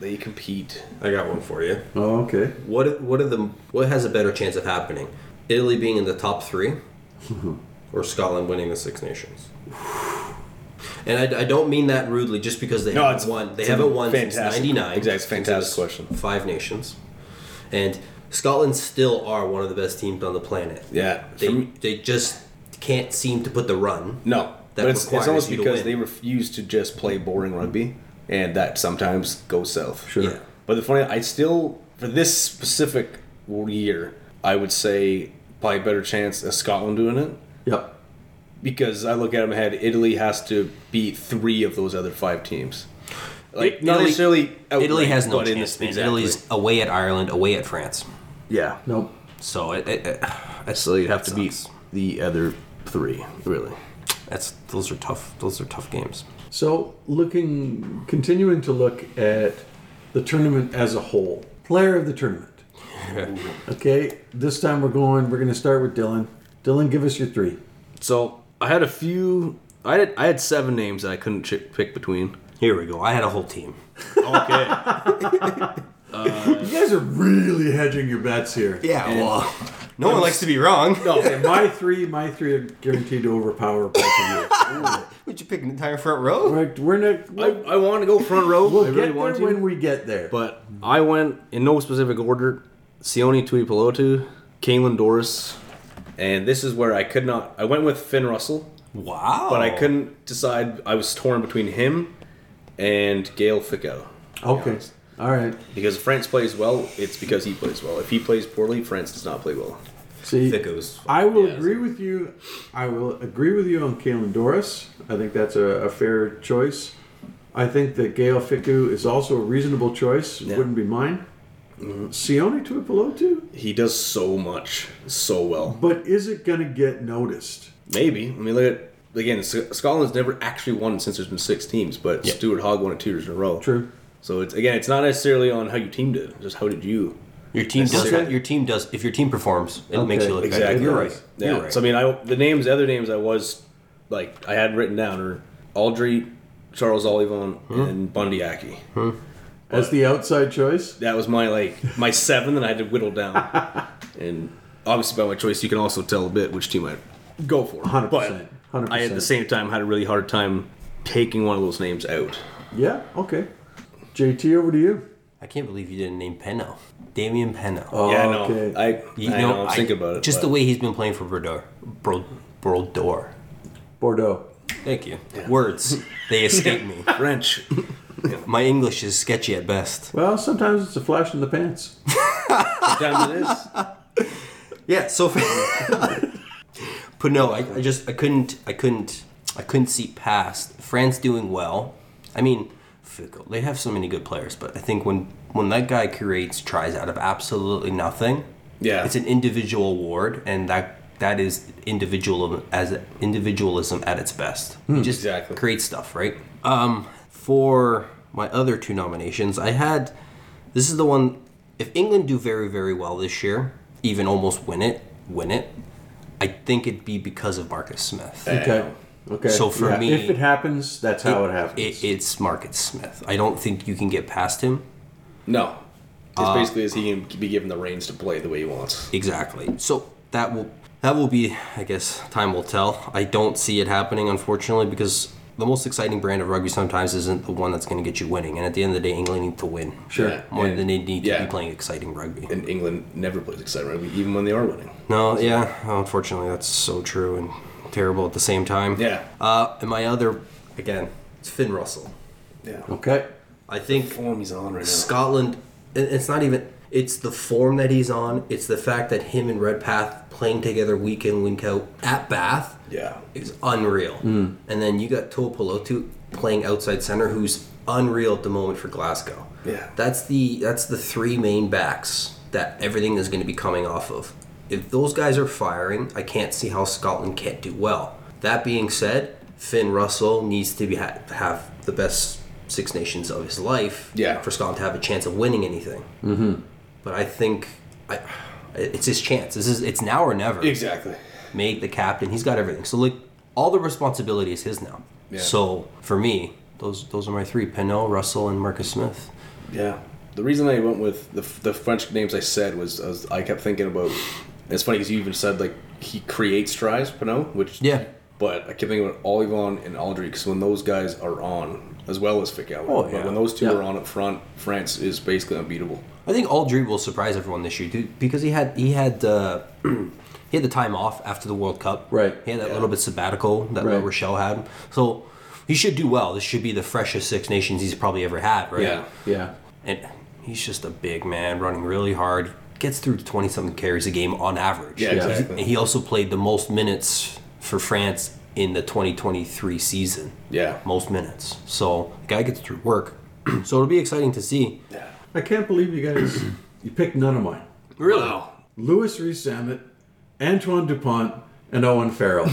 [SPEAKER 3] they compete.
[SPEAKER 2] I got one for you.
[SPEAKER 1] Oh, okay.
[SPEAKER 2] What what are the what has a better chance of happening? Italy being in the top three, or Scotland winning the Six Nations? And I, I don't mean that rudely, just because they
[SPEAKER 3] No,
[SPEAKER 2] haven't
[SPEAKER 3] it's-
[SPEAKER 2] won. They
[SPEAKER 3] it's a
[SPEAKER 2] haven't won since
[SPEAKER 3] fantastic-
[SPEAKER 2] '99.
[SPEAKER 3] exactly, it's a fantastic
[SPEAKER 2] It's
[SPEAKER 3] question.
[SPEAKER 2] Five nations, and Scotland still are one of the best teams on the planet.
[SPEAKER 3] Yeah,
[SPEAKER 2] They
[SPEAKER 3] for me-
[SPEAKER 2] they just can't seem to put the run.
[SPEAKER 3] no,
[SPEAKER 2] That
[SPEAKER 3] but it's,
[SPEAKER 2] requires
[SPEAKER 3] it's almost
[SPEAKER 2] you to
[SPEAKER 3] because
[SPEAKER 2] win.
[SPEAKER 3] they refuse to just play boring rugby, and that sometimes goes south.
[SPEAKER 1] Sure.
[SPEAKER 2] Yeah.
[SPEAKER 3] But the funny, I still for this specific year, I would say probably better chance of Scotland doing it
[SPEAKER 1] Yep.
[SPEAKER 3] because I look at them ahead. Italy has to beat three of those other five teams. Like
[SPEAKER 2] It-
[SPEAKER 3] not
[SPEAKER 2] Italy-
[SPEAKER 3] necessarily.
[SPEAKER 2] Italy
[SPEAKER 3] outright,
[SPEAKER 2] has no
[SPEAKER 3] but in
[SPEAKER 2] chance.
[SPEAKER 3] the-
[SPEAKER 2] man.
[SPEAKER 3] exactly.
[SPEAKER 2] Italy's away at Ireland, away at France.
[SPEAKER 3] yeah.
[SPEAKER 1] Nope.
[SPEAKER 2] So it, it, it
[SPEAKER 3] So you'd have to
[SPEAKER 2] sucks.
[SPEAKER 3] beat the other three, really.
[SPEAKER 2] that's those are tough. Those are tough games.
[SPEAKER 1] So, looking, continuing to look at the tournament as a whole, player of the tournament. okay, this time we're going. We're going to start with Dylan. Dylan, give us your three.
[SPEAKER 3] So I had a few. I had I had seven names that I couldn't ch- pick between.
[SPEAKER 2] Here we go. I had a whole team.
[SPEAKER 3] Okay.
[SPEAKER 1] You guys are really hedging your bets here.
[SPEAKER 2] Yeah, well, no one likes to be wrong.
[SPEAKER 1] Okay, my three, my three are guaranteed to overpower both of you.
[SPEAKER 2] Would you pick an entire front row?
[SPEAKER 1] Right, we're not.
[SPEAKER 3] I,
[SPEAKER 1] We'll,
[SPEAKER 3] I want to go front row.
[SPEAKER 1] we'll
[SPEAKER 3] I
[SPEAKER 1] get
[SPEAKER 3] really
[SPEAKER 1] there
[SPEAKER 3] want to.
[SPEAKER 1] when we get there.
[SPEAKER 3] but I went in no specific order. Sione Tuipulotu, Kalen Doris, and this is where I could not. I went with Finn Russell,
[SPEAKER 2] Wow.
[SPEAKER 3] but I
[SPEAKER 1] Oh.
[SPEAKER 3] couldn't decide. I was torn between him and Gail Ficco.
[SPEAKER 1] okay, all right.
[SPEAKER 3] Because if France plays well, it's because he plays well. If he plays poorly, France does not play well.
[SPEAKER 1] See,
[SPEAKER 2] Thicko's.
[SPEAKER 1] I will
[SPEAKER 3] Yeah.
[SPEAKER 1] agree with you. I will agree with you on Kalen Doris. I think that's a, a fair choice. I think that Gail Fiku is also a reasonable choice.
[SPEAKER 3] Yeah.
[SPEAKER 1] Wouldn't be mine.
[SPEAKER 2] Mm-hmm.
[SPEAKER 1] Sione Tuipulotu,
[SPEAKER 3] He does so much, so well.
[SPEAKER 1] but is it going to get noticed?
[SPEAKER 3] Maybe. I mean, look at again. S- Scotland's never actually won since there's been six teams, but
[SPEAKER 2] Yeah.
[SPEAKER 3] Stuart Hogg won it two years in a row.
[SPEAKER 1] True.
[SPEAKER 3] So it's again, it's not necessarily on how your team did, just how did you.
[SPEAKER 2] Your team does.
[SPEAKER 1] Okay.
[SPEAKER 2] Your team does. If your team performs, it makes you look better.
[SPEAKER 1] Exactly.
[SPEAKER 2] You're right.
[SPEAKER 3] Yeah.
[SPEAKER 2] You're right.
[SPEAKER 3] So I mean, I the names, the other names, I was like I had written down are Aldry, Charles Olivon,
[SPEAKER 2] Hmm.
[SPEAKER 3] and Bundyaki.
[SPEAKER 1] As the outside choice?
[SPEAKER 3] That was my like my seven that I had to whittle down, and obviously by my choice, you can also tell a bit which team I go for.
[SPEAKER 1] 100%,
[SPEAKER 3] But I at the
[SPEAKER 1] 100%.
[SPEAKER 3] same time had a really hard time taking one of those names out.
[SPEAKER 1] Yeah, okay. JT, over to you.
[SPEAKER 2] I can't believe you didn't name Penno. Damien Penno.
[SPEAKER 3] Yeah, no,
[SPEAKER 1] Okay.
[SPEAKER 3] I,
[SPEAKER 2] you
[SPEAKER 3] I know, I was thinking about it.
[SPEAKER 2] Just
[SPEAKER 3] but-
[SPEAKER 2] the way he's been playing for Brodeur. Bro, Brodeur.
[SPEAKER 1] Bordeaux.
[SPEAKER 2] Thank you. Words. They escape me.
[SPEAKER 3] French.
[SPEAKER 2] My English is sketchy at best.
[SPEAKER 1] Well, sometimes it's a flash in the pants.
[SPEAKER 3] Sometimes it is.
[SPEAKER 2] Yeah. So, but no, I, I just I couldn't I couldn't I couldn't see past France doing well. I mean, Fickle, they have so many good players, but I think when when that guy creates tries out of absolutely nothing,
[SPEAKER 3] Yeah.
[SPEAKER 2] it's an individual award, and that that is individual as individualism at its best. You just
[SPEAKER 3] Exactly.
[SPEAKER 2] create stuff, right? Um, for my other two nominations, I had this is the one. If England do very very well this year, even almost win it, win it, I think it'd be because of Marcus Smith.
[SPEAKER 1] Okay. Okay.
[SPEAKER 2] So for
[SPEAKER 1] Yeah,
[SPEAKER 2] me-
[SPEAKER 1] If it happens, that's how it, happens.
[SPEAKER 2] It, it's Marcus Smith. I don't think you can get past him.
[SPEAKER 3] No. It's basically as he can be given the reins to play the way he wants.
[SPEAKER 2] Exactly. So that will that will be, I guess, time will tell. I don't see it happening, unfortunately, because the most exciting brand of rugby sometimes isn't the one that's going to get you winning. And at the end of the day, England need to win
[SPEAKER 1] sure.
[SPEAKER 3] Yeah.
[SPEAKER 2] more than they need to
[SPEAKER 3] Yeah.
[SPEAKER 2] be playing exciting rugby.
[SPEAKER 3] And England never plays exciting rugby, even when they are winning.
[SPEAKER 2] No, yeah, unfortunately, that's so true and terrible at the same time.
[SPEAKER 3] Yeah.
[SPEAKER 2] Uh, and my other, again, it's Finn Russell.
[SPEAKER 3] Yeah.
[SPEAKER 1] Okay.
[SPEAKER 2] I think
[SPEAKER 3] Form he's on right now.
[SPEAKER 2] Scotland. and It's not even. It's the form that he's on. It's the fact that him and Redpath playing together week in week out at Bath
[SPEAKER 3] Yeah.
[SPEAKER 2] is unreal. And then you got Tuopolotu playing outside center, who's unreal at the moment for Glasgow.
[SPEAKER 3] Yeah.
[SPEAKER 2] that's the that's the three main backs that everything is going to be coming off of. If those guys are firing, I can't see how Scotland can't do well. That being said, Finn Russell needs to be ha- have the best Six Nations of his life
[SPEAKER 3] Yeah. Mm-hmm.
[SPEAKER 2] for Scotland to have a chance of winning anything. But I think I, it's his chance. This is it's now or never.
[SPEAKER 3] Exactly.
[SPEAKER 2] Made the captain. He's got everything. So like all the responsibility is his now.
[SPEAKER 3] Yeah.
[SPEAKER 2] So for me, those those are my three: Pinot, Russell, and Marcus Smith.
[SPEAKER 3] Yeah. The reason I went with the, f- the French names I said was, I was I kept thinking about. and It's funny because you even said like he creates tries, Pinot, which
[SPEAKER 2] Yeah.
[SPEAKER 3] But I kept thinking about Olivon and Aldry because when those guys are on, as well as Ficao,
[SPEAKER 2] Oh,
[SPEAKER 3] but
[SPEAKER 2] yeah.
[SPEAKER 3] when those two
[SPEAKER 2] Yeah.
[SPEAKER 3] are on up front, France is basically unbeatable.
[SPEAKER 2] I think Aldry will surprise everyone this year, dude, because he had he had uh, he had the time off after the World Cup.
[SPEAKER 1] Right.
[SPEAKER 2] He had that little bit sabbatical that
[SPEAKER 1] Right.
[SPEAKER 2] La Rochelle had. So he should do well. This should be the freshest Six Nations he's probably ever had, right?
[SPEAKER 3] Yeah.
[SPEAKER 1] Yeah.
[SPEAKER 2] And he's just a big man, running really hard. Gets through twenty something carries a game on average.
[SPEAKER 3] Yeah,
[SPEAKER 2] He's-
[SPEAKER 3] exactly.
[SPEAKER 2] He also played the most minutes for France in the 2023 season.
[SPEAKER 3] Yeah.
[SPEAKER 2] Most minutes. So the guy gets through work. so it'll be exciting to see.
[SPEAKER 1] I can't believe you guys you picked none of mine.
[SPEAKER 2] Really?
[SPEAKER 1] Louis Rees Sammet, Antoine Dupont, and Owen Farrell.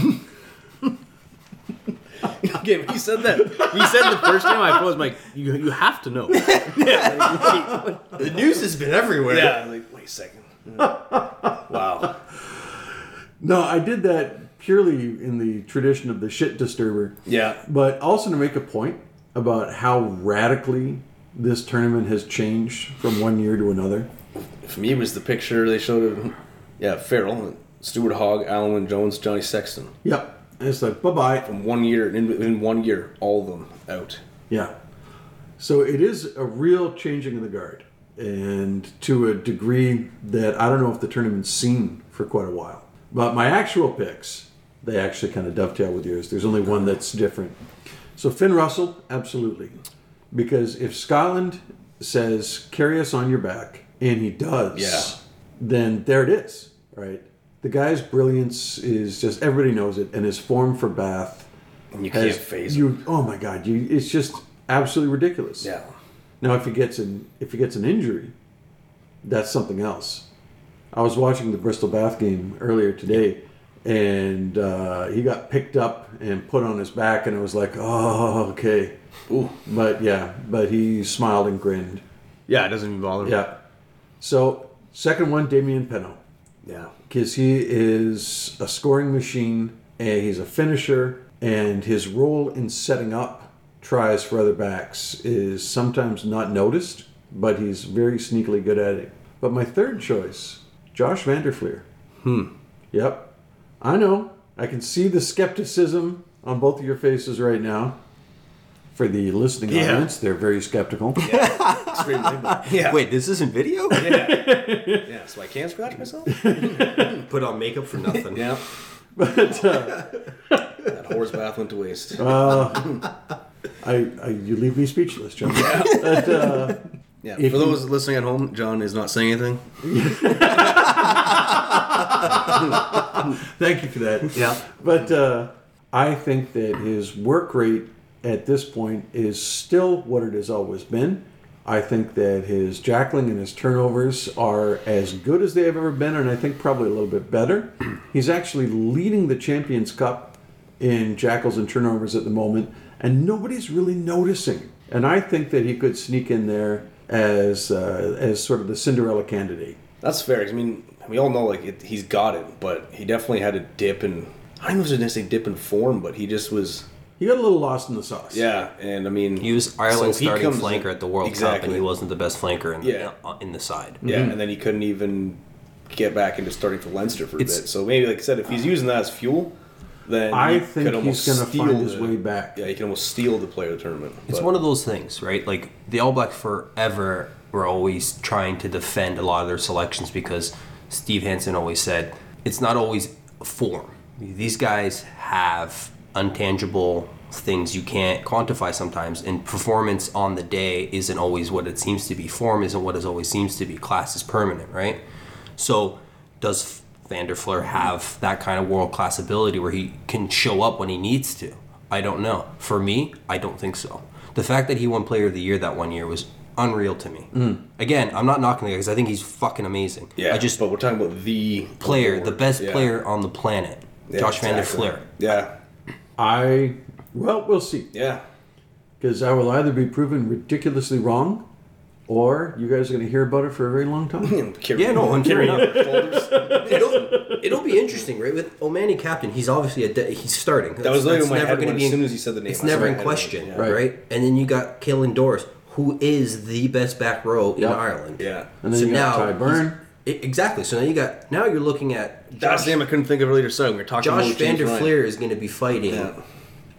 [SPEAKER 3] Okay, he said that. He said the first name I was like, you you have to know. yeah.
[SPEAKER 2] The news has been everywhere.
[SPEAKER 3] Like, wait a second. wow.
[SPEAKER 1] no, I did that purely in the tradition of the shit disturber.
[SPEAKER 3] Yeah.
[SPEAKER 1] But also to make a point about how radically this tournament has changed from one year to another.
[SPEAKER 3] For me, it was the picture they showed of, yeah, Farrell, Stuart Hogg, Alan Jones, Johnny Sexton.
[SPEAKER 1] Yep. And it's like bye bye.
[SPEAKER 3] In one year, in, in one year, all of them out.
[SPEAKER 1] Yeah. So it is a real changing of the guard. And to a degree that I don't know if the tournament's seen for quite a while. But my actual picks, they actually kind of dovetail with yours. There's only one that's different. So Finn Russell, absolutely. Because if Scotland says, carry us on your back, and he does,
[SPEAKER 3] Yeah.
[SPEAKER 1] then there it is, right? The guy's brilliance is just, everybody knows it. And his form for Bath
[SPEAKER 3] And you can't
[SPEAKER 1] has
[SPEAKER 3] phase
[SPEAKER 1] you.
[SPEAKER 3] them.
[SPEAKER 1] Oh my God, you! It's just absolutely ridiculous.
[SPEAKER 3] Yeah.
[SPEAKER 1] Now, if he gets an if he gets an injury, that's something else. I was watching the Bristol Bath game earlier today, and uh, he got picked up and put on his back, and I was like, oh, okay.
[SPEAKER 3] Ooh.
[SPEAKER 1] But yeah, but he smiled and grinned.
[SPEAKER 3] Yeah, it doesn't even bother me.
[SPEAKER 1] Yeah. So second one, Damien Penault
[SPEAKER 3] Yeah.
[SPEAKER 1] because he is a scoring machine and he's a finisher and his role in setting up tries for other backs is sometimes not noticed but he's very sneakily good at it but my third choice josh vanderfleer hmm yep i know i can see the skepticism on both of your faces right now for the listening
[SPEAKER 3] Yeah.
[SPEAKER 1] audience they're very skeptical
[SPEAKER 3] Extremely. yeah.
[SPEAKER 2] Wait, this isn't video?
[SPEAKER 3] Yeah, so I can't scratch myself?
[SPEAKER 2] Put on makeup for nothing.
[SPEAKER 3] yeah.
[SPEAKER 1] but uh,
[SPEAKER 3] That whore's bath went to waste.
[SPEAKER 1] I, I you leave me speechless john
[SPEAKER 3] yeah.
[SPEAKER 1] if
[SPEAKER 3] For
[SPEAKER 1] you-
[SPEAKER 3] those listening at home, John is not saying anything.
[SPEAKER 1] Thank you for that.
[SPEAKER 2] Yeah.
[SPEAKER 1] But uh, I think that his work rate at this point is still what it has always been. I think that his jackling and his turnovers are as good as they have ever been, and I think probably a little bit better. He's actually leading the Champions Cup in jackals and turnovers at the moment, and nobody's really noticing. And I think that he could sneak in there as uh, as sort of the Cinderella candidate.
[SPEAKER 3] That's fair. 'cause, I mean, we all know like it, he's got it, but he definitely had a dip in. I don't know if it was necessarily dip in form, but he just was.
[SPEAKER 1] He got a little lost in the sauce.
[SPEAKER 3] Yeah, and I mean,
[SPEAKER 2] He was Ireland's
[SPEAKER 3] so he
[SPEAKER 2] starting
[SPEAKER 3] comes-
[SPEAKER 2] flanker at the World Cup, and
[SPEAKER 3] Exactly.
[SPEAKER 2] he wasn't the best flanker in the,
[SPEAKER 3] Yeah.
[SPEAKER 2] uh, in the side.
[SPEAKER 3] Yeah, and then he couldn't even get back into starting for Leinster for a
[SPEAKER 2] It's-
[SPEAKER 3] bit. So maybe, like I said, if he's using that as fuel, then
[SPEAKER 1] I
[SPEAKER 3] he
[SPEAKER 1] think
[SPEAKER 3] could almost
[SPEAKER 1] he's gonna
[SPEAKER 3] steal
[SPEAKER 1] find his
[SPEAKER 3] the-
[SPEAKER 1] way back.
[SPEAKER 3] Yeah, he can almost steal the player of the tournament.
[SPEAKER 2] It's one of those things, right? Like the All Blacks forever were always trying to defend a lot of their selections because Steve Hansen always said it's not always form. These guys have untangible things you can't quantify sometimes, and performance on the day isn't always what it seems to be. Form isn't what it always seems to be. Class is permanent, right? So, does Vanderfleur have that kind of world class ability where he can show up when he needs to? I don't know. For me, I don't think so. The fact that he won Player of the Year that one year was unreal to me. Again, I'm not knocking the guy because I think he's fucking amazing.
[SPEAKER 3] yeah,
[SPEAKER 2] I just
[SPEAKER 3] but we're talking about the
[SPEAKER 2] player, the
[SPEAKER 3] award.
[SPEAKER 2] best
[SPEAKER 3] Yeah.
[SPEAKER 2] player on the planet,
[SPEAKER 3] Yeah,
[SPEAKER 2] Josh
[SPEAKER 3] exactly.
[SPEAKER 2] Vanderfleur.
[SPEAKER 3] Yeah,
[SPEAKER 1] I well, we'll see
[SPEAKER 3] yeah,
[SPEAKER 1] because I will either be proven ridiculously wrong or you guys are going to hear about it for a very long time.
[SPEAKER 2] Yeah, no, I'm
[SPEAKER 3] carrying
[SPEAKER 2] carrying
[SPEAKER 3] That
[SPEAKER 2] It'll, it'll be interesting, right? With Omani captain, he's obviously a de- he's starting. That
[SPEAKER 3] was literally in my head
[SPEAKER 2] gonna
[SPEAKER 3] when- as soon as you said the name.
[SPEAKER 2] It's
[SPEAKER 3] I said
[SPEAKER 2] never
[SPEAKER 3] my
[SPEAKER 2] in
[SPEAKER 3] head,
[SPEAKER 2] question,
[SPEAKER 3] yeah.
[SPEAKER 1] Right.
[SPEAKER 2] right. And then you got Kalen Doris, who is the best back row in
[SPEAKER 1] Yep.
[SPEAKER 2] Ireland.
[SPEAKER 3] Yeah.
[SPEAKER 1] And then you got Ty Burn.
[SPEAKER 2] E- exactly. So now you got now you're looking at
[SPEAKER 3] That's
[SPEAKER 2] Josh,
[SPEAKER 3] the name I couldn't think of earlier. So we were talking
[SPEAKER 2] Josh Van
[SPEAKER 3] about James
[SPEAKER 2] Der
[SPEAKER 3] Ryan.
[SPEAKER 2] Fleer is going to be fighting
[SPEAKER 3] Yeah.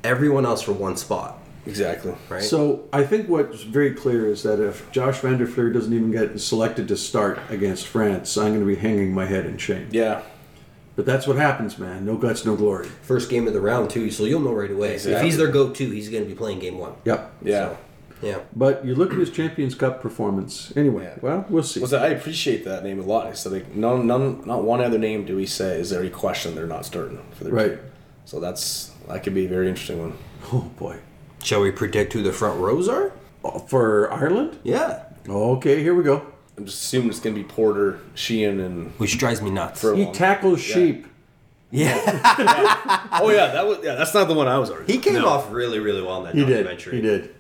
[SPEAKER 2] everyone else for one spot,
[SPEAKER 3] Exactly.
[SPEAKER 2] right?
[SPEAKER 1] So I think what's very clear is that if Josh Van Der Fleer doesn't even get selected to start against France, I'm going to be hanging my head in shame.
[SPEAKER 3] Yeah.
[SPEAKER 1] But that's what happens, man. No guts, no glory.
[SPEAKER 2] First game of the round too, so you'll know right away. If
[SPEAKER 3] Exactly.
[SPEAKER 2] he's their go-to, he's going to be playing game one.
[SPEAKER 1] Yep.
[SPEAKER 3] Yeah.
[SPEAKER 2] Yeah.
[SPEAKER 1] But you look at his Champions Cup performance. Anyway,
[SPEAKER 3] Yeah.
[SPEAKER 1] well, we'll see.
[SPEAKER 3] Well, so I appreciate that name a lot. So like, none, none, not one other name do we say is there any question they're not starting for their
[SPEAKER 1] Right.
[SPEAKER 3] team. So that's that could be a very interesting one.
[SPEAKER 1] Oh boy.
[SPEAKER 2] Shall we predict who the front rows are?
[SPEAKER 1] Oh, For Ireland?
[SPEAKER 2] Yeah.
[SPEAKER 1] Okay, here we go.
[SPEAKER 3] I'm just assuming it's gonna be Porter, Sheehan, and
[SPEAKER 2] Which drives me nuts.
[SPEAKER 3] For-
[SPEAKER 1] He tackles sheep.
[SPEAKER 2] yeah.
[SPEAKER 3] oh yeah, that was yeah. That's not the one I was already.
[SPEAKER 2] He came off really, really well in that
[SPEAKER 1] He did.
[SPEAKER 2] documentary.
[SPEAKER 1] He did.
[SPEAKER 2] He-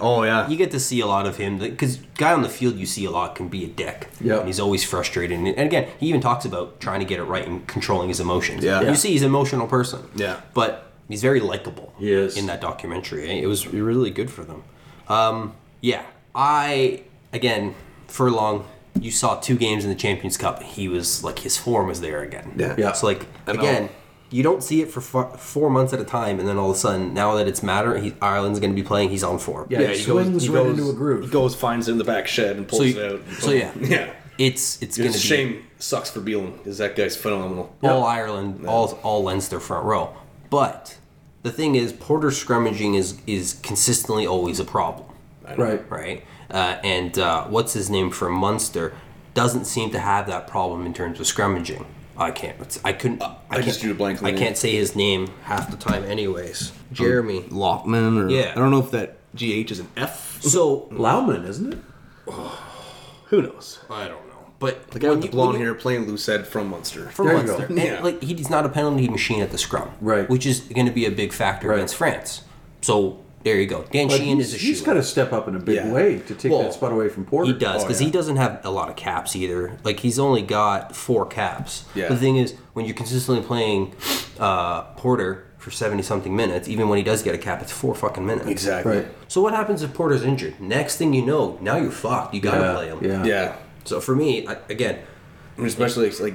[SPEAKER 3] Oh, yeah.
[SPEAKER 2] You get to see a lot of him because guy on the field you see a lot can be a dick.
[SPEAKER 1] Yeah.
[SPEAKER 2] And he's always frustrated. And, and again, he even talks about trying to get it right and controlling his emotions.
[SPEAKER 3] Yeah.
[SPEAKER 2] You see, he's an emotional person.
[SPEAKER 3] Yeah.
[SPEAKER 2] But he's very likable.
[SPEAKER 1] He is.
[SPEAKER 2] In that documentary, eh? it was really good for them. Um, yeah. I again Furlong. You saw two games in the Champions Cup. He was like his form was there again.
[SPEAKER 3] Yeah.
[SPEAKER 1] Yeah.
[SPEAKER 2] It's like
[SPEAKER 3] And
[SPEAKER 2] again.
[SPEAKER 3] I'll-
[SPEAKER 2] You don't see it for four, four months at a time, and then all of a sudden, now that it's matter, he, Ireland's going to be playing. He's on form.
[SPEAKER 1] Yeah, he swings right into a groove.
[SPEAKER 3] He goes, finds it in the back shed, and pulls
[SPEAKER 2] So
[SPEAKER 3] it
[SPEAKER 2] you-
[SPEAKER 3] out.
[SPEAKER 2] so yeah.
[SPEAKER 3] yeah.
[SPEAKER 2] It's it's going
[SPEAKER 3] It's
[SPEAKER 2] to
[SPEAKER 3] a
[SPEAKER 2] be
[SPEAKER 3] shame. Sucks for Beelan. Is that guy's phenomenal?
[SPEAKER 2] all Ireland, all all lends their front row. But the thing is, Porter scrummaging is is consistently always a problem,
[SPEAKER 3] I don't know.
[SPEAKER 1] Right.
[SPEAKER 2] right? Uh, and uh, what's his name from Munster doesn't seem to have that problem in terms of scrummaging. I can't. it's- I couldn't. I, can't,
[SPEAKER 3] just drew a blank on
[SPEAKER 2] I
[SPEAKER 3] the name.
[SPEAKER 2] can't say his name half the time, anyways. Jeremy.
[SPEAKER 3] Lockman Um, or
[SPEAKER 2] Yeah.
[SPEAKER 3] I don't know if that GH is an F.
[SPEAKER 2] So
[SPEAKER 1] Lauman, isn't it?
[SPEAKER 3] Who knows?
[SPEAKER 2] I don't know, but
[SPEAKER 3] The guy with the blonde hair playing Lucid from Munster.
[SPEAKER 2] from
[SPEAKER 1] There you
[SPEAKER 2] Munster.
[SPEAKER 1] go.
[SPEAKER 2] And,
[SPEAKER 3] Yeah.
[SPEAKER 2] like he's not a penalty machine at the scrum,
[SPEAKER 1] Right.
[SPEAKER 2] Which is going to be a big factor
[SPEAKER 1] Right.
[SPEAKER 2] against France. So there you go. Dan
[SPEAKER 1] But
[SPEAKER 2] Sheehan
[SPEAKER 1] he's,
[SPEAKER 2] is a
[SPEAKER 1] he's
[SPEAKER 2] shoe.
[SPEAKER 1] got to step up in a big
[SPEAKER 3] Yeah.
[SPEAKER 1] way to take
[SPEAKER 2] Well,
[SPEAKER 1] that spot away from Porter.
[SPEAKER 2] He does because he doesn't have a lot of caps either. Like he's only got four caps.
[SPEAKER 3] Yeah.
[SPEAKER 2] The thing is, when you're consistently playing uh, Porter for seventy something minutes, even when he does get a cap, it's four fucking minutes.
[SPEAKER 3] Exactly.
[SPEAKER 1] Right.
[SPEAKER 2] So what happens if Porter's injured? Next thing you know, now you're fucked. You gotta
[SPEAKER 1] Yeah,
[SPEAKER 2] play him.
[SPEAKER 1] yeah.
[SPEAKER 3] Yeah.
[SPEAKER 2] So for me, I, again,
[SPEAKER 3] I mean, especially it's like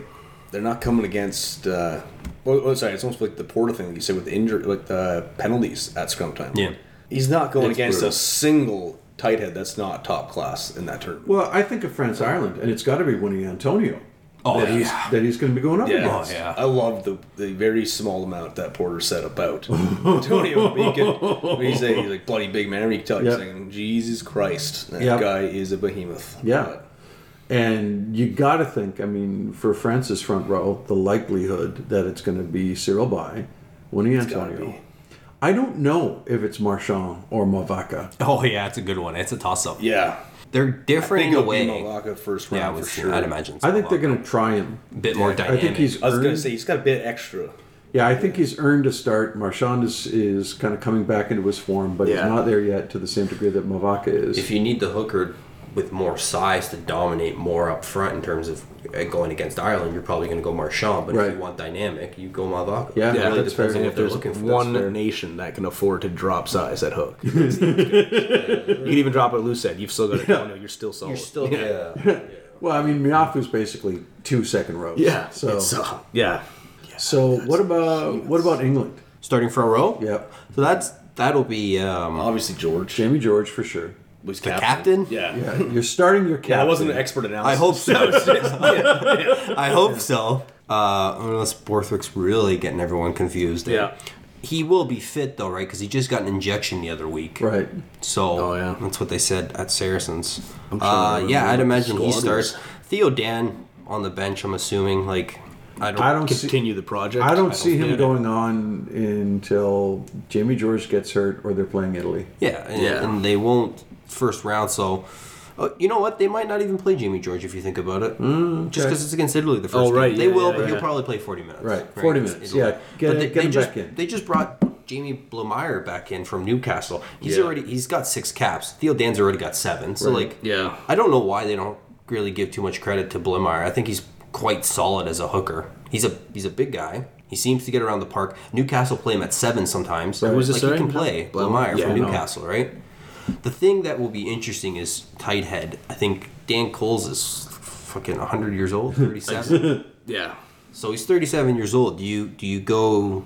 [SPEAKER 3] they're not coming against. Uh, well, well, sorry, it's almost like the Porter thing that you said with the injury, like the penalties at scrum time.
[SPEAKER 2] Yeah.
[SPEAKER 3] He's not going
[SPEAKER 1] It's
[SPEAKER 3] against
[SPEAKER 1] brutal.
[SPEAKER 3] a single tight head that's not top class in that tournament.
[SPEAKER 1] Well, I think of France Ireland, and it's got to be Winnie Antonio.
[SPEAKER 2] Oh,
[SPEAKER 1] that he's
[SPEAKER 2] yeah.
[SPEAKER 1] that he's going to be going up
[SPEAKER 3] Yeah,
[SPEAKER 1] against.
[SPEAKER 2] Oh, yeah.
[SPEAKER 3] I love the, the very small amount that Porter said about Antonio. I mean, you could- he's a he's like bloody big man. You can tell he's
[SPEAKER 1] Yep.
[SPEAKER 3] saying, "Jesus Christ, that
[SPEAKER 1] Yep.
[SPEAKER 3] guy is a behemoth."
[SPEAKER 1] Yeah. And you got to think, I mean, for France's front row, the likelihood that it's going to be Cyril Bay, Winnie
[SPEAKER 3] gotta
[SPEAKER 1] Antonio.
[SPEAKER 3] be.
[SPEAKER 1] I don't know if it's Marchand or Mavaca.
[SPEAKER 2] oh yeah, it's a good one. It's a toss up.
[SPEAKER 3] yeah.
[SPEAKER 2] They're
[SPEAKER 3] I
[SPEAKER 2] different
[SPEAKER 3] think
[SPEAKER 2] in a
[SPEAKER 3] it'll
[SPEAKER 2] way.
[SPEAKER 3] be Malaka first round
[SPEAKER 2] yeah, I
[SPEAKER 3] for
[SPEAKER 2] would,
[SPEAKER 3] sure.
[SPEAKER 2] I'd imagine.
[SPEAKER 1] Uh, I think they're going to try him.
[SPEAKER 2] a bit more
[SPEAKER 1] I
[SPEAKER 2] dynamic.
[SPEAKER 1] think he's
[SPEAKER 3] I was gonna
[SPEAKER 1] earned,
[SPEAKER 3] say he's got a bit extra.
[SPEAKER 1] yeah, I think he's earned a start. Marchand is, is kind of coming back into his form, but he's
[SPEAKER 3] Yeah.
[SPEAKER 1] not there yet to the same degree that Mavaca is.
[SPEAKER 2] if you need the hooker with more size to dominate more up front in terms of uh, going against Ireland, you're probably going to go Marchand. But
[SPEAKER 1] Right.
[SPEAKER 2] if you want dynamic, you go Mavaka.
[SPEAKER 1] Yeah,
[SPEAKER 2] it
[SPEAKER 1] yeah,
[SPEAKER 2] really
[SPEAKER 1] that's
[SPEAKER 2] depends
[SPEAKER 1] fair.
[SPEAKER 2] on
[SPEAKER 1] And
[SPEAKER 2] what they're looking for.
[SPEAKER 3] nation that can afford to drop size at hook, you can even drop a loose end. You've still got to no, you're still solid.
[SPEAKER 2] You're still yeah.
[SPEAKER 1] well, I mean, Miafu's basically two second rows.
[SPEAKER 3] yeah.
[SPEAKER 1] So,
[SPEAKER 3] It's, uh, yeah.
[SPEAKER 1] so what about what about England?
[SPEAKER 2] starting front row.
[SPEAKER 1] Yeah,
[SPEAKER 2] So that's that'll be um,
[SPEAKER 3] Obviously, George
[SPEAKER 1] Jamie George for sure.
[SPEAKER 3] was
[SPEAKER 2] the captain?
[SPEAKER 3] Yeah.
[SPEAKER 1] Yeah, you're starting your captain.
[SPEAKER 3] I wasn't an expert analyst.
[SPEAKER 2] I hope so. I hope so. Uh, unless Borthwick's really getting everyone confused. there.
[SPEAKER 3] Yeah.
[SPEAKER 2] He will be fit though, right? Because he just got an injection the other week.
[SPEAKER 1] Right.
[SPEAKER 2] So
[SPEAKER 3] Oh, yeah.
[SPEAKER 2] that's what they said at Saracens.
[SPEAKER 3] trying
[SPEAKER 2] Uh,
[SPEAKER 3] to
[SPEAKER 2] yeah,
[SPEAKER 3] remember
[SPEAKER 2] I'd
[SPEAKER 3] what
[SPEAKER 2] imagine he
[SPEAKER 3] squad
[SPEAKER 2] starts.
[SPEAKER 3] is.
[SPEAKER 2] Theo Dan on the bench. I'm assuming. Like, I don't.
[SPEAKER 1] I don't see.
[SPEAKER 3] Continue the project.
[SPEAKER 1] I don't see him
[SPEAKER 3] get it.
[SPEAKER 1] going on until Jamie George gets hurt or they're playing Italy.
[SPEAKER 2] Yeah, and,
[SPEAKER 3] Yeah.
[SPEAKER 2] and they won't first round. So, uh, you know what? They might not even play Jamie George if you think about it. Mm, Just
[SPEAKER 1] okay.
[SPEAKER 2] because it's against Italy the first.
[SPEAKER 3] Oh, right,
[SPEAKER 2] game. They
[SPEAKER 3] yeah,
[SPEAKER 2] will,
[SPEAKER 3] yeah,
[SPEAKER 2] but he'll
[SPEAKER 3] yeah.
[SPEAKER 2] probably play 40 minutes.
[SPEAKER 1] Right, 40 minutes, yeah. Get-
[SPEAKER 2] But they,
[SPEAKER 1] get
[SPEAKER 2] they
[SPEAKER 1] him
[SPEAKER 2] just
[SPEAKER 1] back in.
[SPEAKER 2] they just brought Jamie Blomeyer back in from Newcastle. He's
[SPEAKER 3] Yeah.
[SPEAKER 2] already he's got six caps. Theo Dan's already got seven. So like
[SPEAKER 3] Yeah.
[SPEAKER 2] I don't know why they don't really give too much credit to Blomeyer. I think he's quite solid as a hooker. He's a he's a big guy. He seems to get around the park. Newcastle play him at seven sometimes.
[SPEAKER 3] Who was
[SPEAKER 2] like
[SPEAKER 3] this,
[SPEAKER 2] he
[SPEAKER 3] sorry?
[SPEAKER 2] can play Blomeyer
[SPEAKER 3] Yeah,
[SPEAKER 2] from
[SPEAKER 3] I know.
[SPEAKER 2] Newcastle, right? The thing that will be interesting is tight head. I think Dan Coles is fucking 100 years old, 37.
[SPEAKER 3] Yeah.
[SPEAKER 2] so he's 37 years old. Do you do you go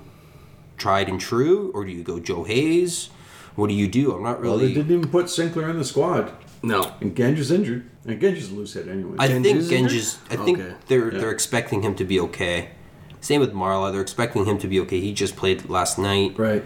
[SPEAKER 2] tried and true or do you go Joe Hayes? What do you do? I'm not
[SPEAKER 1] Well, they
[SPEAKER 2] really
[SPEAKER 1] didn't even put Sinclair in the squad.
[SPEAKER 3] No.
[SPEAKER 1] And Genge is injured. And Genge is a loose head anyway.
[SPEAKER 2] I think
[SPEAKER 3] Genji's injured?
[SPEAKER 2] Genji's. I think
[SPEAKER 3] Okay.
[SPEAKER 2] they're
[SPEAKER 3] Yeah.
[SPEAKER 2] they're expecting him to be okay. Same with Marla. They're expecting him to be okay. He just played last night.
[SPEAKER 1] right.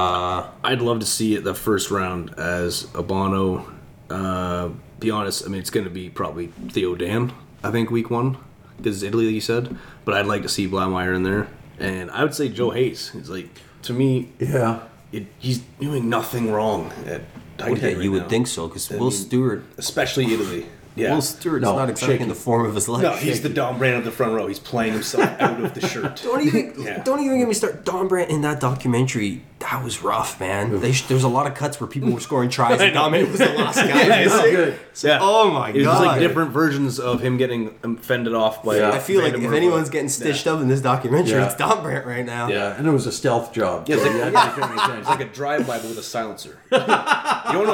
[SPEAKER 3] I'd love to see it the first round as Abano. Uh, be honest, I mean, it's going to be probably Theo Dan, I think, week one, because Italy, you said. But I'd like to see Blaumeyer in there. And I would say Joe Hayes. It's like, to me,
[SPEAKER 1] Yeah.
[SPEAKER 3] it, he's doing nothing wrong at tight
[SPEAKER 2] Yeah,
[SPEAKER 3] head. right
[SPEAKER 2] you would
[SPEAKER 3] now.
[SPEAKER 2] think so because Will
[SPEAKER 3] mean,
[SPEAKER 2] Stewart.
[SPEAKER 3] Especially Italy. Yeah.
[SPEAKER 2] Will Stewart's
[SPEAKER 1] No,
[SPEAKER 2] not exactly
[SPEAKER 1] shaky.
[SPEAKER 2] in the form of his life.
[SPEAKER 3] no, he's the Dom Brand of the front row. He's playing himself out of the shirt.
[SPEAKER 2] Don't even
[SPEAKER 3] Yeah.
[SPEAKER 2] don't even get me started. Don Brandt in that documentary that was rough, man. They sh- there was a lot of cuts where people were scoring tries and Don Brandt was the last guy.
[SPEAKER 3] Yeah, it's-
[SPEAKER 1] Good.
[SPEAKER 3] Yeah.
[SPEAKER 2] Oh my
[SPEAKER 3] It was just, like
[SPEAKER 2] God.
[SPEAKER 3] different versions of him getting um, fended off by.
[SPEAKER 2] I feel like if
[SPEAKER 3] random Merkel.
[SPEAKER 2] anyone's getting stitched up in this documentary,
[SPEAKER 1] Yeah.
[SPEAKER 2] it's Don Brandt right now.
[SPEAKER 3] Yeah.
[SPEAKER 1] And it was a stealth job.
[SPEAKER 3] Yeah,
[SPEAKER 1] so
[SPEAKER 3] it's like-
[SPEAKER 1] you had to pay attention.
[SPEAKER 3] It's like a drive by but with a silencer. you don't know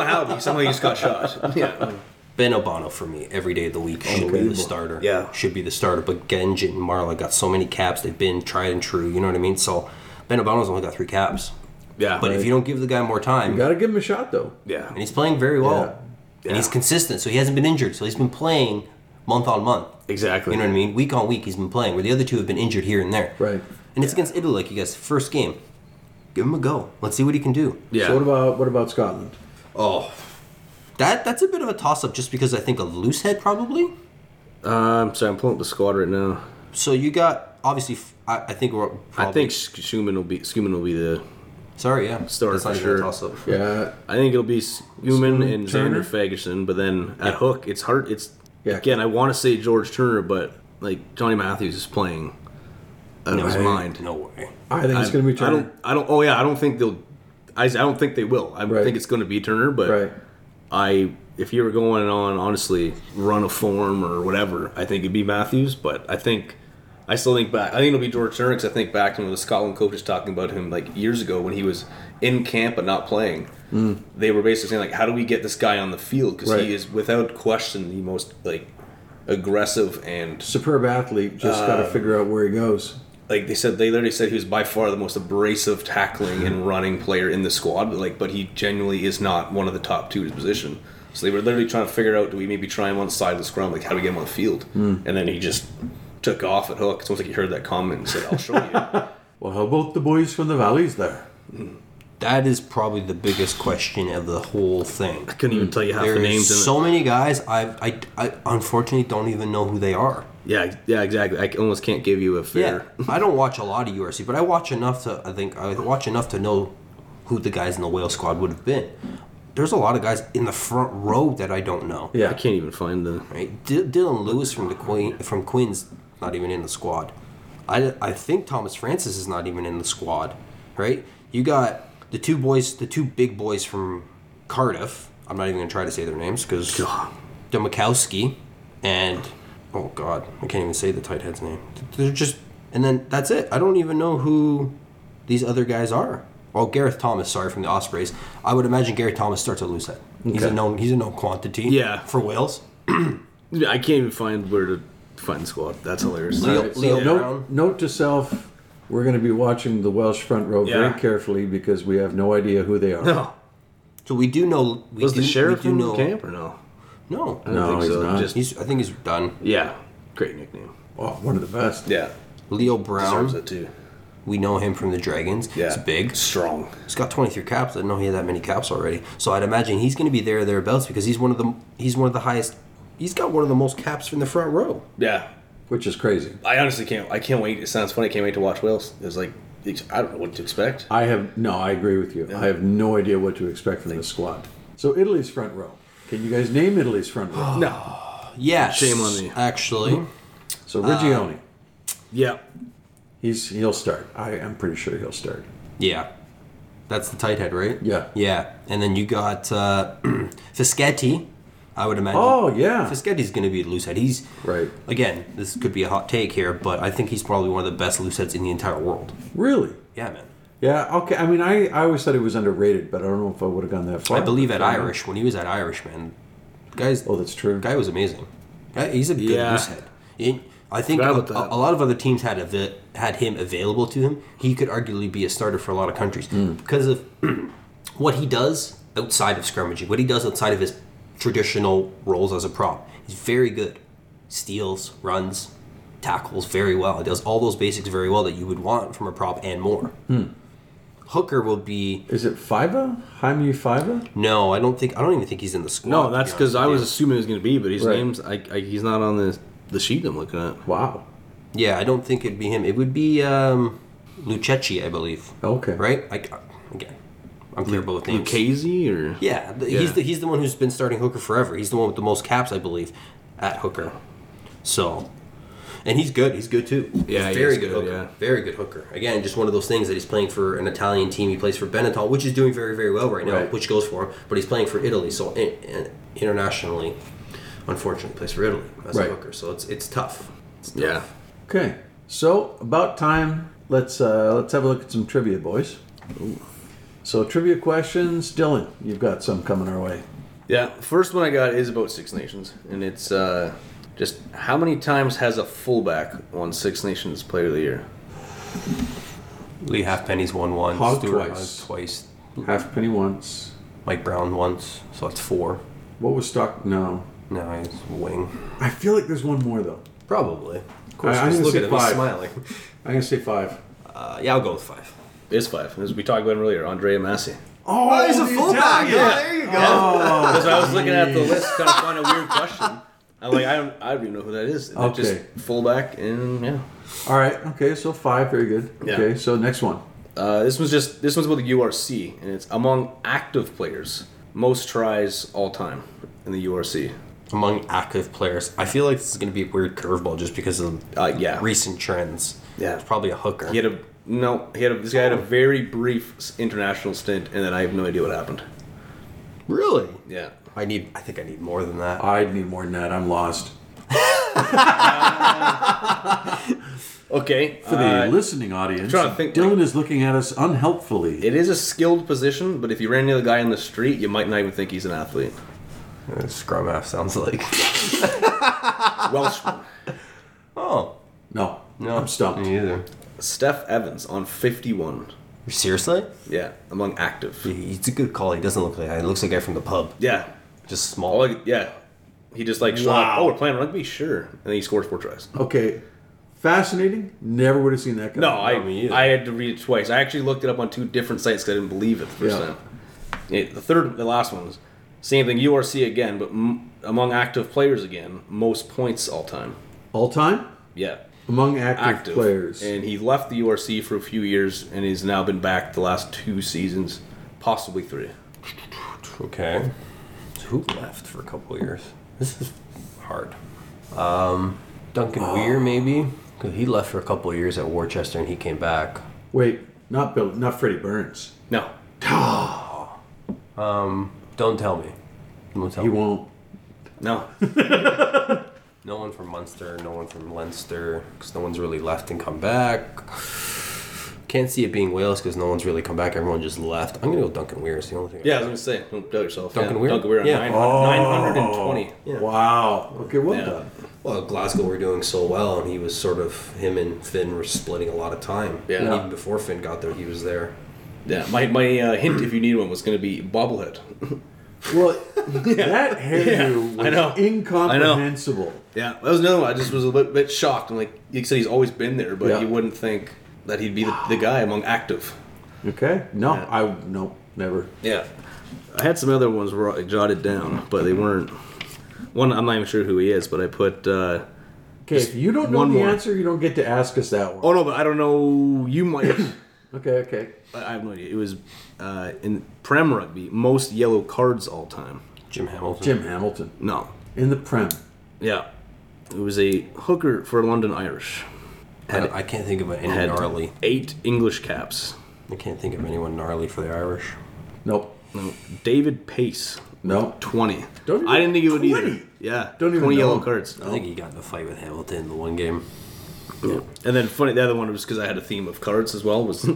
[SPEAKER 3] how, but somehow you just got shot. Yeah.
[SPEAKER 2] Ben Obano for me every day of the week should be the
[SPEAKER 1] Unbelievable.
[SPEAKER 2] starter.
[SPEAKER 3] Yeah.
[SPEAKER 2] should be the starter. But Genji and Marla got so many caps; they've been tried and true. You know what I mean? So Ben Obano's only got three caps.
[SPEAKER 3] Yeah.
[SPEAKER 2] But if you don't give the guy more time,
[SPEAKER 1] You gotta give him a shot though.
[SPEAKER 3] Yeah.
[SPEAKER 2] and he's playing very well,
[SPEAKER 3] Yeah.
[SPEAKER 2] and he's consistent, so he hasn't been injured. So he's been playing month on month.
[SPEAKER 3] Exactly.
[SPEAKER 2] You know what I mean? Week on week, he's been playing. Where the other two have been injured here and there.
[SPEAKER 1] Right.
[SPEAKER 2] And it's against Italy, like you guys. First game, give him a go. Let's see what he can do.
[SPEAKER 3] Yeah.
[SPEAKER 1] So what about what about Scotland?
[SPEAKER 2] Oh, that that's a bit of a toss up, just because I think a loose head probably.
[SPEAKER 3] um, sorry, I'm pulling up the squad right now.
[SPEAKER 2] So you got obviously. f- I, I think we're. Probably,
[SPEAKER 3] I think Schumann will be Schumann will be the.
[SPEAKER 2] Sorry, yeah.
[SPEAKER 3] Starter
[SPEAKER 2] That's not
[SPEAKER 3] for
[SPEAKER 2] even a
[SPEAKER 3] sure.
[SPEAKER 2] toss-up.
[SPEAKER 1] Yeah.
[SPEAKER 3] I think it'll be Schumann and
[SPEAKER 1] Turner?
[SPEAKER 3] Xander Fagerson, but then at hook, it's hard. It's
[SPEAKER 1] Yeah.
[SPEAKER 3] again, I want to say George Turner, but like Johnny Matthews is playing out of his
[SPEAKER 2] way.
[SPEAKER 3] mind.
[SPEAKER 2] No way.
[SPEAKER 1] I think it's
[SPEAKER 3] I-
[SPEAKER 1] gonna be
[SPEAKER 3] I
[SPEAKER 1] Turner.
[SPEAKER 3] don't. I don't. Oh yeah, I don't think they'll. I, I don't think they will. I
[SPEAKER 1] Right.
[SPEAKER 3] think it's going to be Turner, but
[SPEAKER 1] Right.
[SPEAKER 3] I. If you were going on honestly run a form or whatever, I think it'd be Matthews. But I think I still think back. I think it'll be George Turner because I think back to when the Scotland coach was talking about him like years ago when he was in camp but not playing. They were basically saying like, how do we get this guy on the field because
[SPEAKER 1] Right.
[SPEAKER 3] he is without question the most like aggressive and
[SPEAKER 1] Superb athlete, just gotta
[SPEAKER 3] Uh,
[SPEAKER 1] figure out where he goes.
[SPEAKER 3] like they said they literally said he was by far the most abrasive tackling and running player in the squad but like but he genuinely is not one of the top two at his position so they were literally trying to figure out do we maybe try him on the side of the scrum like how do we get him on the field and then he just took off at hook it's almost like he heard that comment and said i'll show you
[SPEAKER 1] Well how about the boys from the valleys there?
[SPEAKER 2] That is probably the biggest question of the whole thing.
[SPEAKER 3] couldn't even tell you half
[SPEAKER 2] There is so many guys. I've, I I unfortunately don't even know who they are.
[SPEAKER 3] yeah yeah exactly i almost can't give you a
[SPEAKER 2] Yeah,
[SPEAKER 3] fair
[SPEAKER 2] I don't watch a lot of URC, but I watch enough to I think I watch enough to know who the guys in the whale squad would have been. There's a lot of guys in the front row that I don't know.
[SPEAKER 1] Yeah.
[SPEAKER 3] i can't even find the
[SPEAKER 2] Right? D- Dylan Lewis from the Queen from Queens not even in the squad. I, I think Thomas Francis is not even in the squad, right? You got the two boys, the two big boys from Cardiff. I'm not even gonna try to say their names because Domikowski and oh god, I can't even say the tight head's name. They're just and then that's it. I don't even know who these other guys are. Oh, Gareth Thomas, sorry from the Ospreys. I would imagine Gareth Thomas starts a loose head. He's a
[SPEAKER 1] Okay.
[SPEAKER 2] known he's a known quantity.
[SPEAKER 3] Yeah.
[SPEAKER 2] for Wales.
[SPEAKER 3] i can't even find where to find the squad that's hilarious
[SPEAKER 2] Leo-
[SPEAKER 1] Right, so
[SPEAKER 2] Leo Brown.
[SPEAKER 1] note, note to self, we're going to be watching the Welsh front row
[SPEAKER 3] Yeah.
[SPEAKER 1] very carefully because we have no idea who they are.
[SPEAKER 3] no
[SPEAKER 2] So we do know. We
[SPEAKER 3] was
[SPEAKER 2] do,
[SPEAKER 3] the sheriff
[SPEAKER 2] we do
[SPEAKER 3] in
[SPEAKER 2] know,
[SPEAKER 3] camp or no
[SPEAKER 2] No,
[SPEAKER 3] I don't
[SPEAKER 1] No,
[SPEAKER 3] think
[SPEAKER 1] he's
[SPEAKER 3] so.
[SPEAKER 1] not.
[SPEAKER 3] Just-
[SPEAKER 2] He's. I think he's done.
[SPEAKER 3] yeah great nickname
[SPEAKER 1] Oh, one of the best.
[SPEAKER 3] yeah
[SPEAKER 2] Leo
[SPEAKER 3] deserves
[SPEAKER 2] Brown.
[SPEAKER 3] it too
[SPEAKER 2] We know him from the Dragons.
[SPEAKER 3] Yeah.
[SPEAKER 2] He's big.
[SPEAKER 3] Strong.
[SPEAKER 2] He's got 23 caps. I didn't know he had that many caps already. So I'd imagine he's going to be there or thereabouts because he's one of the. He's one of the highest. He's got one of the most caps from the front row.
[SPEAKER 3] Yeah.
[SPEAKER 1] Which is crazy.
[SPEAKER 3] I honestly can't. I can't wait. It sounds funny. I can't wait to watch Wales. It's like it's- I don't know what to expect.
[SPEAKER 1] I have no. I agree with you. I have no idea what to expect from this squad. So Italy's front row. Can you guys name Italy's front row?
[SPEAKER 3] No.
[SPEAKER 2] Yes.
[SPEAKER 3] Shame on me.
[SPEAKER 2] Actually,
[SPEAKER 1] So Reggioni,
[SPEAKER 2] Ah.
[SPEAKER 3] Yeah.
[SPEAKER 1] he's he'll start. I am pretty sure he'll start.
[SPEAKER 2] yeah. That's the tight head, right?
[SPEAKER 1] Yeah.
[SPEAKER 2] Yeah. And then you got uh, Fischetti, I would imagine.
[SPEAKER 1] Oh, yeah.
[SPEAKER 2] Fischetti's going to be a loose head. He's
[SPEAKER 1] Right.
[SPEAKER 2] Again, this could be a hot take here, but I think he's probably one of the best loose heads in the entire world.
[SPEAKER 1] Really?
[SPEAKER 2] Yeah, man.
[SPEAKER 1] Yeah, okay. I mean, I, I always thought he was underrated, but I don't know if I would have gone that far.
[SPEAKER 2] I believe at Irish when he was at Irish, man, the guys,
[SPEAKER 1] Oh, that's true.
[SPEAKER 2] guy was amazing. Guy- He's a good
[SPEAKER 3] Yeah.
[SPEAKER 2] loose head. He- I think a,
[SPEAKER 3] Forgot about that.
[SPEAKER 2] a lot of other teams had ava- had him available to him. He could arguably be a starter for a lot of countries
[SPEAKER 3] Hmm.
[SPEAKER 2] because of what he does outside of scrimmaging, what he does outside of his traditional roles as a prop. He's very good. Steals, runs, tackles very well. He does all those basics very well that you would want from a prop and more.
[SPEAKER 3] Hmm.
[SPEAKER 2] Hooker will be
[SPEAKER 1] Is it Fiva? Jaime Fiva?
[SPEAKER 2] no, I don't think. I don't even think he's in the squad.
[SPEAKER 3] No,
[SPEAKER 2] to be
[SPEAKER 3] that's
[SPEAKER 2] honest
[SPEAKER 3] because I
[SPEAKER 2] with
[SPEAKER 3] was assuming it was going to be, but his
[SPEAKER 1] Right.
[SPEAKER 3] name's I, I, he's not on the the sheet I'm looking at.
[SPEAKER 1] Wow.
[SPEAKER 2] you. Yeah, I don't think it'd be him. It would be um, Lucchetti, I believe.
[SPEAKER 1] Okay.
[SPEAKER 2] Right? Like again, I'm terrible with names.
[SPEAKER 3] Lucchese or
[SPEAKER 2] Yeah, th-
[SPEAKER 3] Yeah.
[SPEAKER 2] he's the he's the one who's been starting hooker forever. He's the one with the most caps, I believe, at hooker. So, and he's good. He's good too.
[SPEAKER 3] Yeah,
[SPEAKER 2] he's
[SPEAKER 3] he
[SPEAKER 2] very
[SPEAKER 3] is
[SPEAKER 2] good,
[SPEAKER 3] good,
[SPEAKER 2] hooker.
[SPEAKER 3] yeah.
[SPEAKER 2] Very good hooker. Again, just one of those things that he's playing for an Italian team. He plays for Benetton, which is doing very very well right now,
[SPEAKER 1] Right.
[SPEAKER 2] which goes for him. But he's playing for Italy, so in, in, internationally, unfortunately, he plays for Italy as
[SPEAKER 1] Right.
[SPEAKER 2] a hooker. So it's it's tough. It's tough.
[SPEAKER 3] yeah.
[SPEAKER 1] Okay. So about time. Let's uh, let's have a look at some trivia, boys. So trivia questions, Dylan. You've got some coming our way.
[SPEAKER 3] Yeah, first one I got is about Six Nations, and it's uh, just how many times has a fullback won Six Nations Player of the Year?
[SPEAKER 2] Lee Halfpenny's won once.
[SPEAKER 1] Hogg
[SPEAKER 2] Stuart
[SPEAKER 1] twice.
[SPEAKER 2] Hogg twice.
[SPEAKER 1] Halfpenny once.
[SPEAKER 2] Mike Brown once. So that's four.
[SPEAKER 1] What was Stock? No.
[SPEAKER 2] No, he's wing.
[SPEAKER 1] I feel like there's one more though.
[SPEAKER 2] Probably. Of
[SPEAKER 1] I- I'm
[SPEAKER 2] just
[SPEAKER 1] gonna
[SPEAKER 2] look
[SPEAKER 1] say
[SPEAKER 2] at him. He's
[SPEAKER 1] five.
[SPEAKER 2] smiling.
[SPEAKER 1] I'm gonna say five.
[SPEAKER 2] Uh, yeah, I'll go with five.
[SPEAKER 3] It's five, as we talked about him earlier, Andrea Massey.
[SPEAKER 1] Oh, the Italian.
[SPEAKER 2] you go.
[SPEAKER 1] Oh,
[SPEAKER 3] Because I was looking at the list, trying to find a weird question. I'm like, I don't, I don't even know who that is. And it
[SPEAKER 1] Okay.
[SPEAKER 3] Just fullback, and yeah.
[SPEAKER 1] all right. Okay, so five. Very good.
[SPEAKER 3] Yeah.
[SPEAKER 1] Okay, so next one.
[SPEAKER 3] Uh, this was just this one's about the URC, and it's among active players most tries all time in the URC.
[SPEAKER 2] Among active players, I feel like this is going to be a weird curveball just because of
[SPEAKER 3] Uh, yeah,
[SPEAKER 2] recent trends.
[SPEAKER 3] Yeah.
[SPEAKER 2] It's probably a hooker.
[SPEAKER 3] he had a no. He had a, this guy had a very brief s- international stint, and then I have no idea what happened.
[SPEAKER 2] Really?
[SPEAKER 3] Yeah,
[SPEAKER 2] I need. I think I need more than that.
[SPEAKER 1] I'd need more than that. I'm lost.
[SPEAKER 3] Okay.
[SPEAKER 1] For the
[SPEAKER 3] uh,
[SPEAKER 1] listening audience,
[SPEAKER 3] trying to think,
[SPEAKER 1] Dylan
[SPEAKER 3] like-
[SPEAKER 1] is looking at us unhelpfully.
[SPEAKER 3] it is a skilled position, but if you ran into the guy on the street, you might not even think he's an athlete.
[SPEAKER 2] Uh, Scrum half sounds like.
[SPEAKER 3] Welshman.
[SPEAKER 2] Oh
[SPEAKER 1] no,
[SPEAKER 2] no,
[SPEAKER 1] I'm stumped.
[SPEAKER 2] Me either.
[SPEAKER 3] Steph Evans on 51.
[SPEAKER 2] Seriously?
[SPEAKER 3] Yeah, among active.
[SPEAKER 2] He's a good call. He doesn't look like that. He looks like a guy from the pub.
[SPEAKER 3] Yeah.
[SPEAKER 2] Just small.
[SPEAKER 3] All I, yeah. He just like, showed
[SPEAKER 1] Wow.
[SPEAKER 3] up, oh, we're playing rugby? Sure. And then he scored four tries.
[SPEAKER 1] Okay, fascinating. Never would have seen that guy.
[SPEAKER 3] No, I
[SPEAKER 2] me either.
[SPEAKER 3] I had to read it twice. I actually looked it up on two different sites because I didn't believe it the first
[SPEAKER 1] Yeah.
[SPEAKER 3] time. It- the third, the last one was same thing. URC again, but m- among active players again, most points all time.
[SPEAKER 1] all time
[SPEAKER 3] Yeah,
[SPEAKER 1] among active,
[SPEAKER 3] active
[SPEAKER 1] players.
[SPEAKER 3] And he left the URC for a few years and he's now been back the last two seasons, possibly three.
[SPEAKER 2] Okay. So who left for a couple years? This is hard. Um, Duncan Weir maybe. 'Cause he left for a couple years at Worcester and he came back.
[SPEAKER 1] Wait, not Bill, not Freddie Burns.
[SPEAKER 3] No,
[SPEAKER 2] Don't tell me. Don't tell
[SPEAKER 1] He
[SPEAKER 2] me.
[SPEAKER 1] won't.
[SPEAKER 3] no.
[SPEAKER 2] No one from Munster. No one from Leinster. Because no one's really left and come back. Can't see it being Wales because no one's really come back. Everyone just left. I'm gonna go Duncan Weir. It's the only thing. I-
[SPEAKER 3] Yeah, I was gonna say, don't doubt yourself.
[SPEAKER 2] Duncan
[SPEAKER 3] yeah,
[SPEAKER 2] Weir?
[SPEAKER 3] Duncan Weir on
[SPEAKER 2] Yeah.
[SPEAKER 3] nine
[SPEAKER 1] Oh.
[SPEAKER 3] hundred and twenty. Yeah.
[SPEAKER 1] Wow. Okay, well
[SPEAKER 3] Yeah.
[SPEAKER 1] done.
[SPEAKER 2] Well, Glasgow were doing so well, and he was sort of him and Finn were splitting a lot of time.
[SPEAKER 3] Yeah.
[SPEAKER 2] And even before Finn got there, he was there.
[SPEAKER 3] yeah. My my uh, hint, if you need one, was gonna be bobblehead.
[SPEAKER 1] Well, that hairdo
[SPEAKER 3] I know.
[SPEAKER 1] was incomprehensible.
[SPEAKER 3] Yeah, that was another one. I just was a little bit shocked. I'm like, you said he's always been there, but
[SPEAKER 1] Yeah.
[SPEAKER 3] you wouldn't think that he'd be the, the guy among active.
[SPEAKER 1] Okay. No,
[SPEAKER 3] Yeah.
[SPEAKER 1] I no never.
[SPEAKER 3] Yeah. I had some other ones where I jotted down, but they weren't. One, I'm not even sure who he is, but I put. Uh,
[SPEAKER 1] Okay, if you don't know
[SPEAKER 3] one
[SPEAKER 1] the
[SPEAKER 3] more.
[SPEAKER 1] answer, you don't get to ask us that one.
[SPEAKER 3] oh no, but I don't know. You might.
[SPEAKER 1] Okay, okay.
[SPEAKER 3] I have no idea. It was uh, in Prem rugby, most yellow cards all time.
[SPEAKER 2] Jim Hamilton.
[SPEAKER 1] Jim Hamilton
[SPEAKER 3] No.
[SPEAKER 1] in the Prem.
[SPEAKER 3] Yeah. It was a hooker for London Irish.
[SPEAKER 2] I, I can't think of any
[SPEAKER 3] Had
[SPEAKER 2] gnarly.
[SPEAKER 3] eight English caps.
[SPEAKER 2] I can't think of anyone gnarly for the Irish.
[SPEAKER 1] Nope.
[SPEAKER 3] David Pace,
[SPEAKER 1] Nope.
[SPEAKER 3] twenty.
[SPEAKER 1] Don't even-
[SPEAKER 3] I didn't think he would
[SPEAKER 1] 20?
[SPEAKER 3] either. Yeah,
[SPEAKER 1] Don't even
[SPEAKER 3] twenty yellow
[SPEAKER 1] know.
[SPEAKER 3] cards.
[SPEAKER 2] I think he got in the fight with Hamilton the one game.
[SPEAKER 3] And then funny, the other one was because I had a theme of cards as well. Was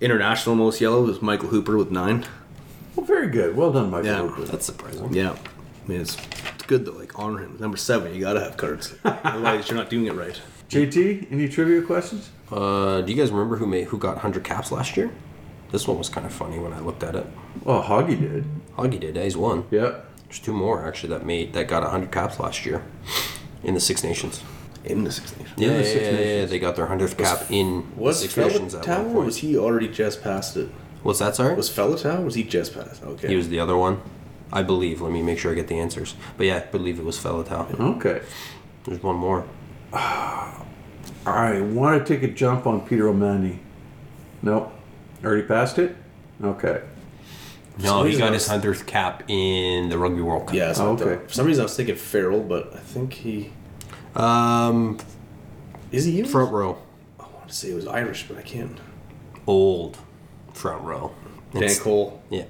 [SPEAKER 3] international most yellow was Michael Hooper with nine.
[SPEAKER 1] Well, very good. Well done, Michael.
[SPEAKER 3] Yeah.
[SPEAKER 1] Hooper.
[SPEAKER 2] That's surprising.
[SPEAKER 3] Yeah, I mean it's, it's good to like honor him. Number seven, you gotta have cards. Otherwise, you're not doing it right.
[SPEAKER 1] JT, any trivia questions?
[SPEAKER 2] Uh, do you guys remember who made who got 100 caps last year? This one was kind of funny when I looked at it.
[SPEAKER 1] Oh, Hoggy did.
[SPEAKER 2] Hoggy did. eh? He's one.
[SPEAKER 1] Yep.
[SPEAKER 2] There's two more actually that made that got 100 caps last year in the Six Nations.
[SPEAKER 3] In the Six Nations.
[SPEAKER 2] Yeah,
[SPEAKER 1] the
[SPEAKER 2] yeah,
[SPEAKER 1] Six
[SPEAKER 2] yeah, yeah, They got their 100th cap in the
[SPEAKER 3] Was
[SPEAKER 2] Six
[SPEAKER 3] Fella
[SPEAKER 2] Nations at
[SPEAKER 3] Tower?
[SPEAKER 2] one
[SPEAKER 3] Or
[SPEAKER 2] point.
[SPEAKER 3] was he already just past it?
[SPEAKER 2] What's that, sorry?
[SPEAKER 3] Was Fella Tower? Was he just past? Okay.
[SPEAKER 2] He was the other one. I believe. Let me make sure I get the answers. But yeah, I believe it was Felatow.
[SPEAKER 3] Mm-hmm.
[SPEAKER 1] Okay.
[SPEAKER 2] There's one more.
[SPEAKER 1] I want to take a jump on Peter O'Mahony. Nope. Already passed it? Okay.
[SPEAKER 2] No, he
[SPEAKER 3] reason I
[SPEAKER 2] got
[SPEAKER 3] was-
[SPEAKER 2] his 100th cap in the Rugby World Cup.
[SPEAKER 3] Yeah. It's
[SPEAKER 1] Oh,
[SPEAKER 3] not
[SPEAKER 1] okay.
[SPEAKER 3] the- For some reason, I was thinking Farrell, but I think he
[SPEAKER 2] Um,
[SPEAKER 3] is he U.S.
[SPEAKER 2] front row.
[SPEAKER 3] I want to say it was Irish, but I can't.
[SPEAKER 2] Old front row.
[SPEAKER 3] Dan
[SPEAKER 2] It's-
[SPEAKER 3] Cole.
[SPEAKER 2] Yeah.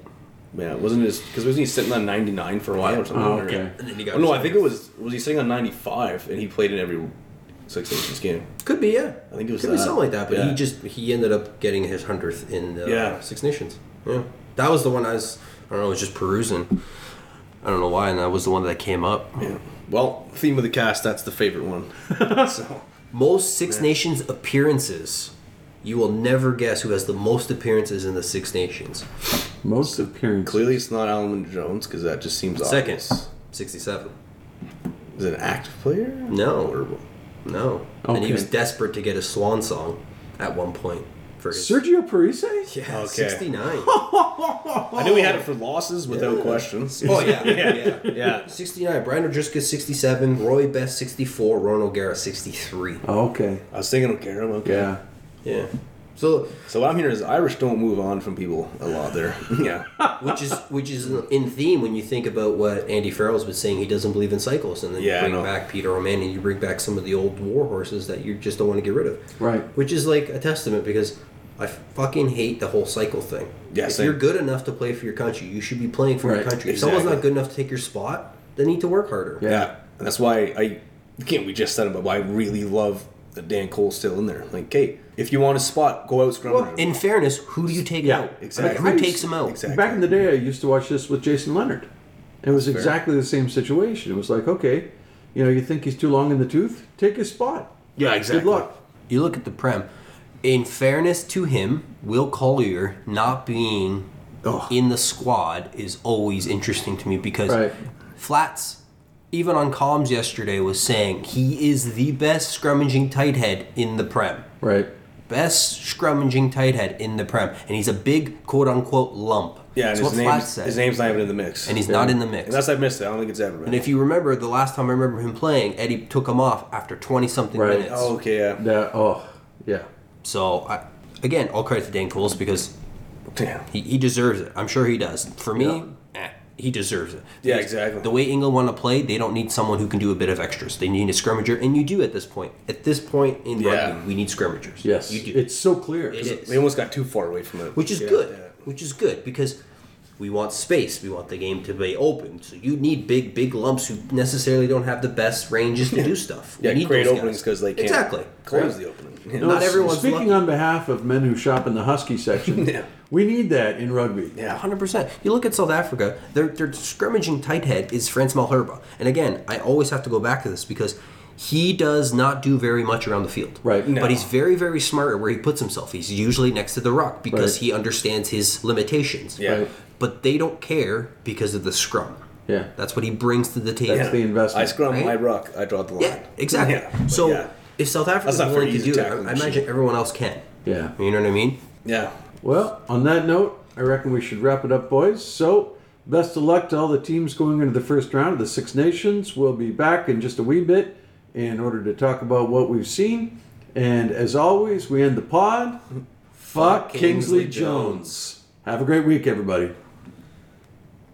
[SPEAKER 3] Yeah, wasn't his because wasn't he sitting on ninety nine for a while or something?
[SPEAKER 1] Oh,
[SPEAKER 3] or-
[SPEAKER 1] okay.
[SPEAKER 2] And then he got
[SPEAKER 3] oh, no,
[SPEAKER 2] his-
[SPEAKER 3] I think it was was he sitting on ninety five and he played in every Six Nations game.
[SPEAKER 2] Could be, yeah.
[SPEAKER 3] I think it was
[SPEAKER 2] Could
[SPEAKER 3] that.
[SPEAKER 2] be something like that, but
[SPEAKER 3] Yeah.
[SPEAKER 2] he just he ended up getting his hundredth in the
[SPEAKER 3] Yeah.
[SPEAKER 2] Six Nations. Yeah, that was the one I was. I don't know. I was just perusing. I don't know why, and that was the one that came up.
[SPEAKER 3] Yeah. Well, theme of the cast. That's the favorite one. so
[SPEAKER 2] Most Six Nations appearances. You will never guess who has the most appearances in the Six Nations.
[SPEAKER 1] Most appearances.
[SPEAKER 3] clearly, it's not Alan Jones because that just seems
[SPEAKER 2] Second,
[SPEAKER 3] obvious.
[SPEAKER 2] sixty-seven.
[SPEAKER 3] is it an active player?
[SPEAKER 2] No.
[SPEAKER 3] Or-
[SPEAKER 2] No, and
[SPEAKER 1] Okay.
[SPEAKER 2] he was desperate to get a swan song at one point for his
[SPEAKER 1] Sergio Parise?
[SPEAKER 2] yeah
[SPEAKER 3] Okay.
[SPEAKER 2] sixty-nine.
[SPEAKER 3] I knew we had it for losses without questions.
[SPEAKER 2] oh yeah, yeah.
[SPEAKER 3] yeah.
[SPEAKER 2] 69. Brian O'Driscoll, 67. Roy Best, 64. Ron O'Gara, 63.
[SPEAKER 1] Okay.
[SPEAKER 3] I was thinking of Karam. Okay.
[SPEAKER 1] Yeah.
[SPEAKER 2] Yeah. So,
[SPEAKER 3] So what I'm hearing is Irish don't move on from people a lot there. yeah.
[SPEAKER 2] which is which is in theme when you think about what Andy Farrell's been saying. He doesn't believe in cycles, and then
[SPEAKER 3] Yeah, I
[SPEAKER 2] you
[SPEAKER 3] know.
[SPEAKER 2] bring back Peter O'Man and you bring back some of the old war horses that you just don't want to get rid of.
[SPEAKER 1] Right.
[SPEAKER 2] Which is like a testament because I fucking hate the whole cycle thing.
[SPEAKER 3] Yeah,
[SPEAKER 2] If
[SPEAKER 3] same.
[SPEAKER 2] you're good enough to play for your country, you should be playing for
[SPEAKER 1] Right,
[SPEAKER 2] your country. If someone's
[SPEAKER 3] exactly.
[SPEAKER 2] not good enough to take your spot, they need to work harder.
[SPEAKER 1] Yeah.
[SPEAKER 3] Yeah, and that's why I again we just said it, but why I really love that Dan Cole's still in there. Like, hey, if you want a spot, go out scrum.
[SPEAKER 1] Well,
[SPEAKER 2] In fairness, who do you take out?
[SPEAKER 3] exactly.
[SPEAKER 2] Who takes him out?
[SPEAKER 3] Exactly.
[SPEAKER 1] Back in the day, I used to watch this with Jason Leonard. It was exactly the same situation. It was like, okay, you know, you think he's too long in the tooth? Take his spot.
[SPEAKER 3] yeah, exactly.
[SPEAKER 1] Good luck.
[SPEAKER 2] You look at the prem. In fairness to him, Will Collier not being
[SPEAKER 1] Ugh.
[SPEAKER 2] in the squad is always interesting to me because
[SPEAKER 1] Right.
[SPEAKER 2] Flats, even on comms yesterday, was saying he is the best scrummaging tight head in the prem.
[SPEAKER 1] Right.
[SPEAKER 2] Best scrummaging tight head in the prem, and he's a big quote unquote lump.
[SPEAKER 3] Yeah, and
[SPEAKER 2] That's
[SPEAKER 3] his
[SPEAKER 2] what
[SPEAKER 3] name's,
[SPEAKER 2] Flats said,
[SPEAKER 3] his name's not even in the mix.
[SPEAKER 2] and he's not in the mix.
[SPEAKER 3] unless I missed it. I don't think it's ever been.
[SPEAKER 2] and if you remember, the last time I remember him playing, Eddie took him off after twenty something
[SPEAKER 1] Right.
[SPEAKER 2] minutes.
[SPEAKER 3] oh, okay, yeah.
[SPEAKER 1] That, oh, yeah.
[SPEAKER 2] So, I, again, all credit to Dan Coles because
[SPEAKER 3] Damn.
[SPEAKER 2] he, he deserves it. I'm sure he does. For me, eh, he deserves it.
[SPEAKER 3] Yeah,
[SPEAKER 2] Because
[SPEAKER 3] exactly.
[SPEAKER 2] The way England want to play, they don't need someone who can do a bit of extras. They need a scrummager, and you do at this point. At this point in
[SPEAKER 3] Yeah.
[SPEAKER 2] rugby, we need scrummagers.
[SPEAKER 1] Yes.
[SPEAKER 2] you do.
[SPEAKER 1] It's so clear.
[SPEAKER 2] It is.
[SPEAKER 3] They almost got too far away from it.
[SPEAKER 2] which is
[SPEAKER 3] Yeah,
[SPEAKER 2] good.
[SPEAKER 3] yeah.
[SPEAKER 2] Which is good because we want space. We want the game to be open. So you need big, big lumps who necessarily don't have the best ranges to do stuff. We
[SPEAKER 3] Yeah,
[SPEAKER 2] need
[SPEAKER 3] create
[SPEAKER 2] those guys.
[SPEAKER 3] openings because they can't
[SPEAKER 2] exactly
[SPEAKER 3] close the opening. Yeah.
[SPEAKER 1] No,
[SPEAKER 2] Not
[SPEAKER 1] s-
[SPEAKER 2] everyone's
[SPEAKER 1] Speaking
[SPEAKER 2] lucky.
[SPEAKER 1] on behalf of men who shop in the Husky section,
[SPEAKER 3] Yeah.
[SPEAKER 1] we need that in rugby.
[SPEAKER 3] yeah.
[SPEAKER 2] hundred percent. You look at South Africa; their their scrimmaging tight head is Franz Malherba, and again, I always have to go back to this because he does not do very much around the field.
[SPEAKER 1] Right. No.
[SPEAKER 2] But he's very very smart at where he puts himself. He's usually next to the rock because
[SPEAKER 1] Right.
[SPEAKER 2] he understands his limitations.
[SPEAKER 3] Yeah.
[SPEAKER 1] Right.
[SPEAKER 2] But they don't care because of the scrum.
[SPEAKER 1] Yeah.
[SPEAKER 2] That's what he brings to the table.
[SPEAKER 1] That's the investment.
[SPEAKER 3] I scrum,
[SPEAKER 2] Right?
[SPEAKER 3] I rock, I draw the line.
[SPEAKER 2] Yeah, exactly.
[SPEAKER 3] Yeah, but
[SPEAKER 2] so
[SPEAKER 3] yeah.
[SPEAKER 2] if South
[SPEAKER 3] That's
[SPEAKER 2] Africa's
[SPEAKER 3] not
[SPEAKER 2] willing
[SPEAKER 3] very
[SPEAKER 2] to
[SPEAKER 3] easy
[SPEAKER 2] do it, I,
[SPEAKER 3] tackling
[SPEAKER 2] I
[SPEAKER 3] machine.
[SPEAKER 2] imagine everyone else can.
[SPEAKER 1] Yeah.
[SPEAKER 2] You know what I mean?
[SPEAKER 3] yeah.
[SPEAKER 1] Well, on that note, I reckon we should wrap it up, boys. So, best of luck to all the teams going into the first round of the Six Nations. We'll be back in just a wee bit in order to talk about what we've seen. And as always, we end the pod. Fuck Kingsley Jones. Have a great week, everybody.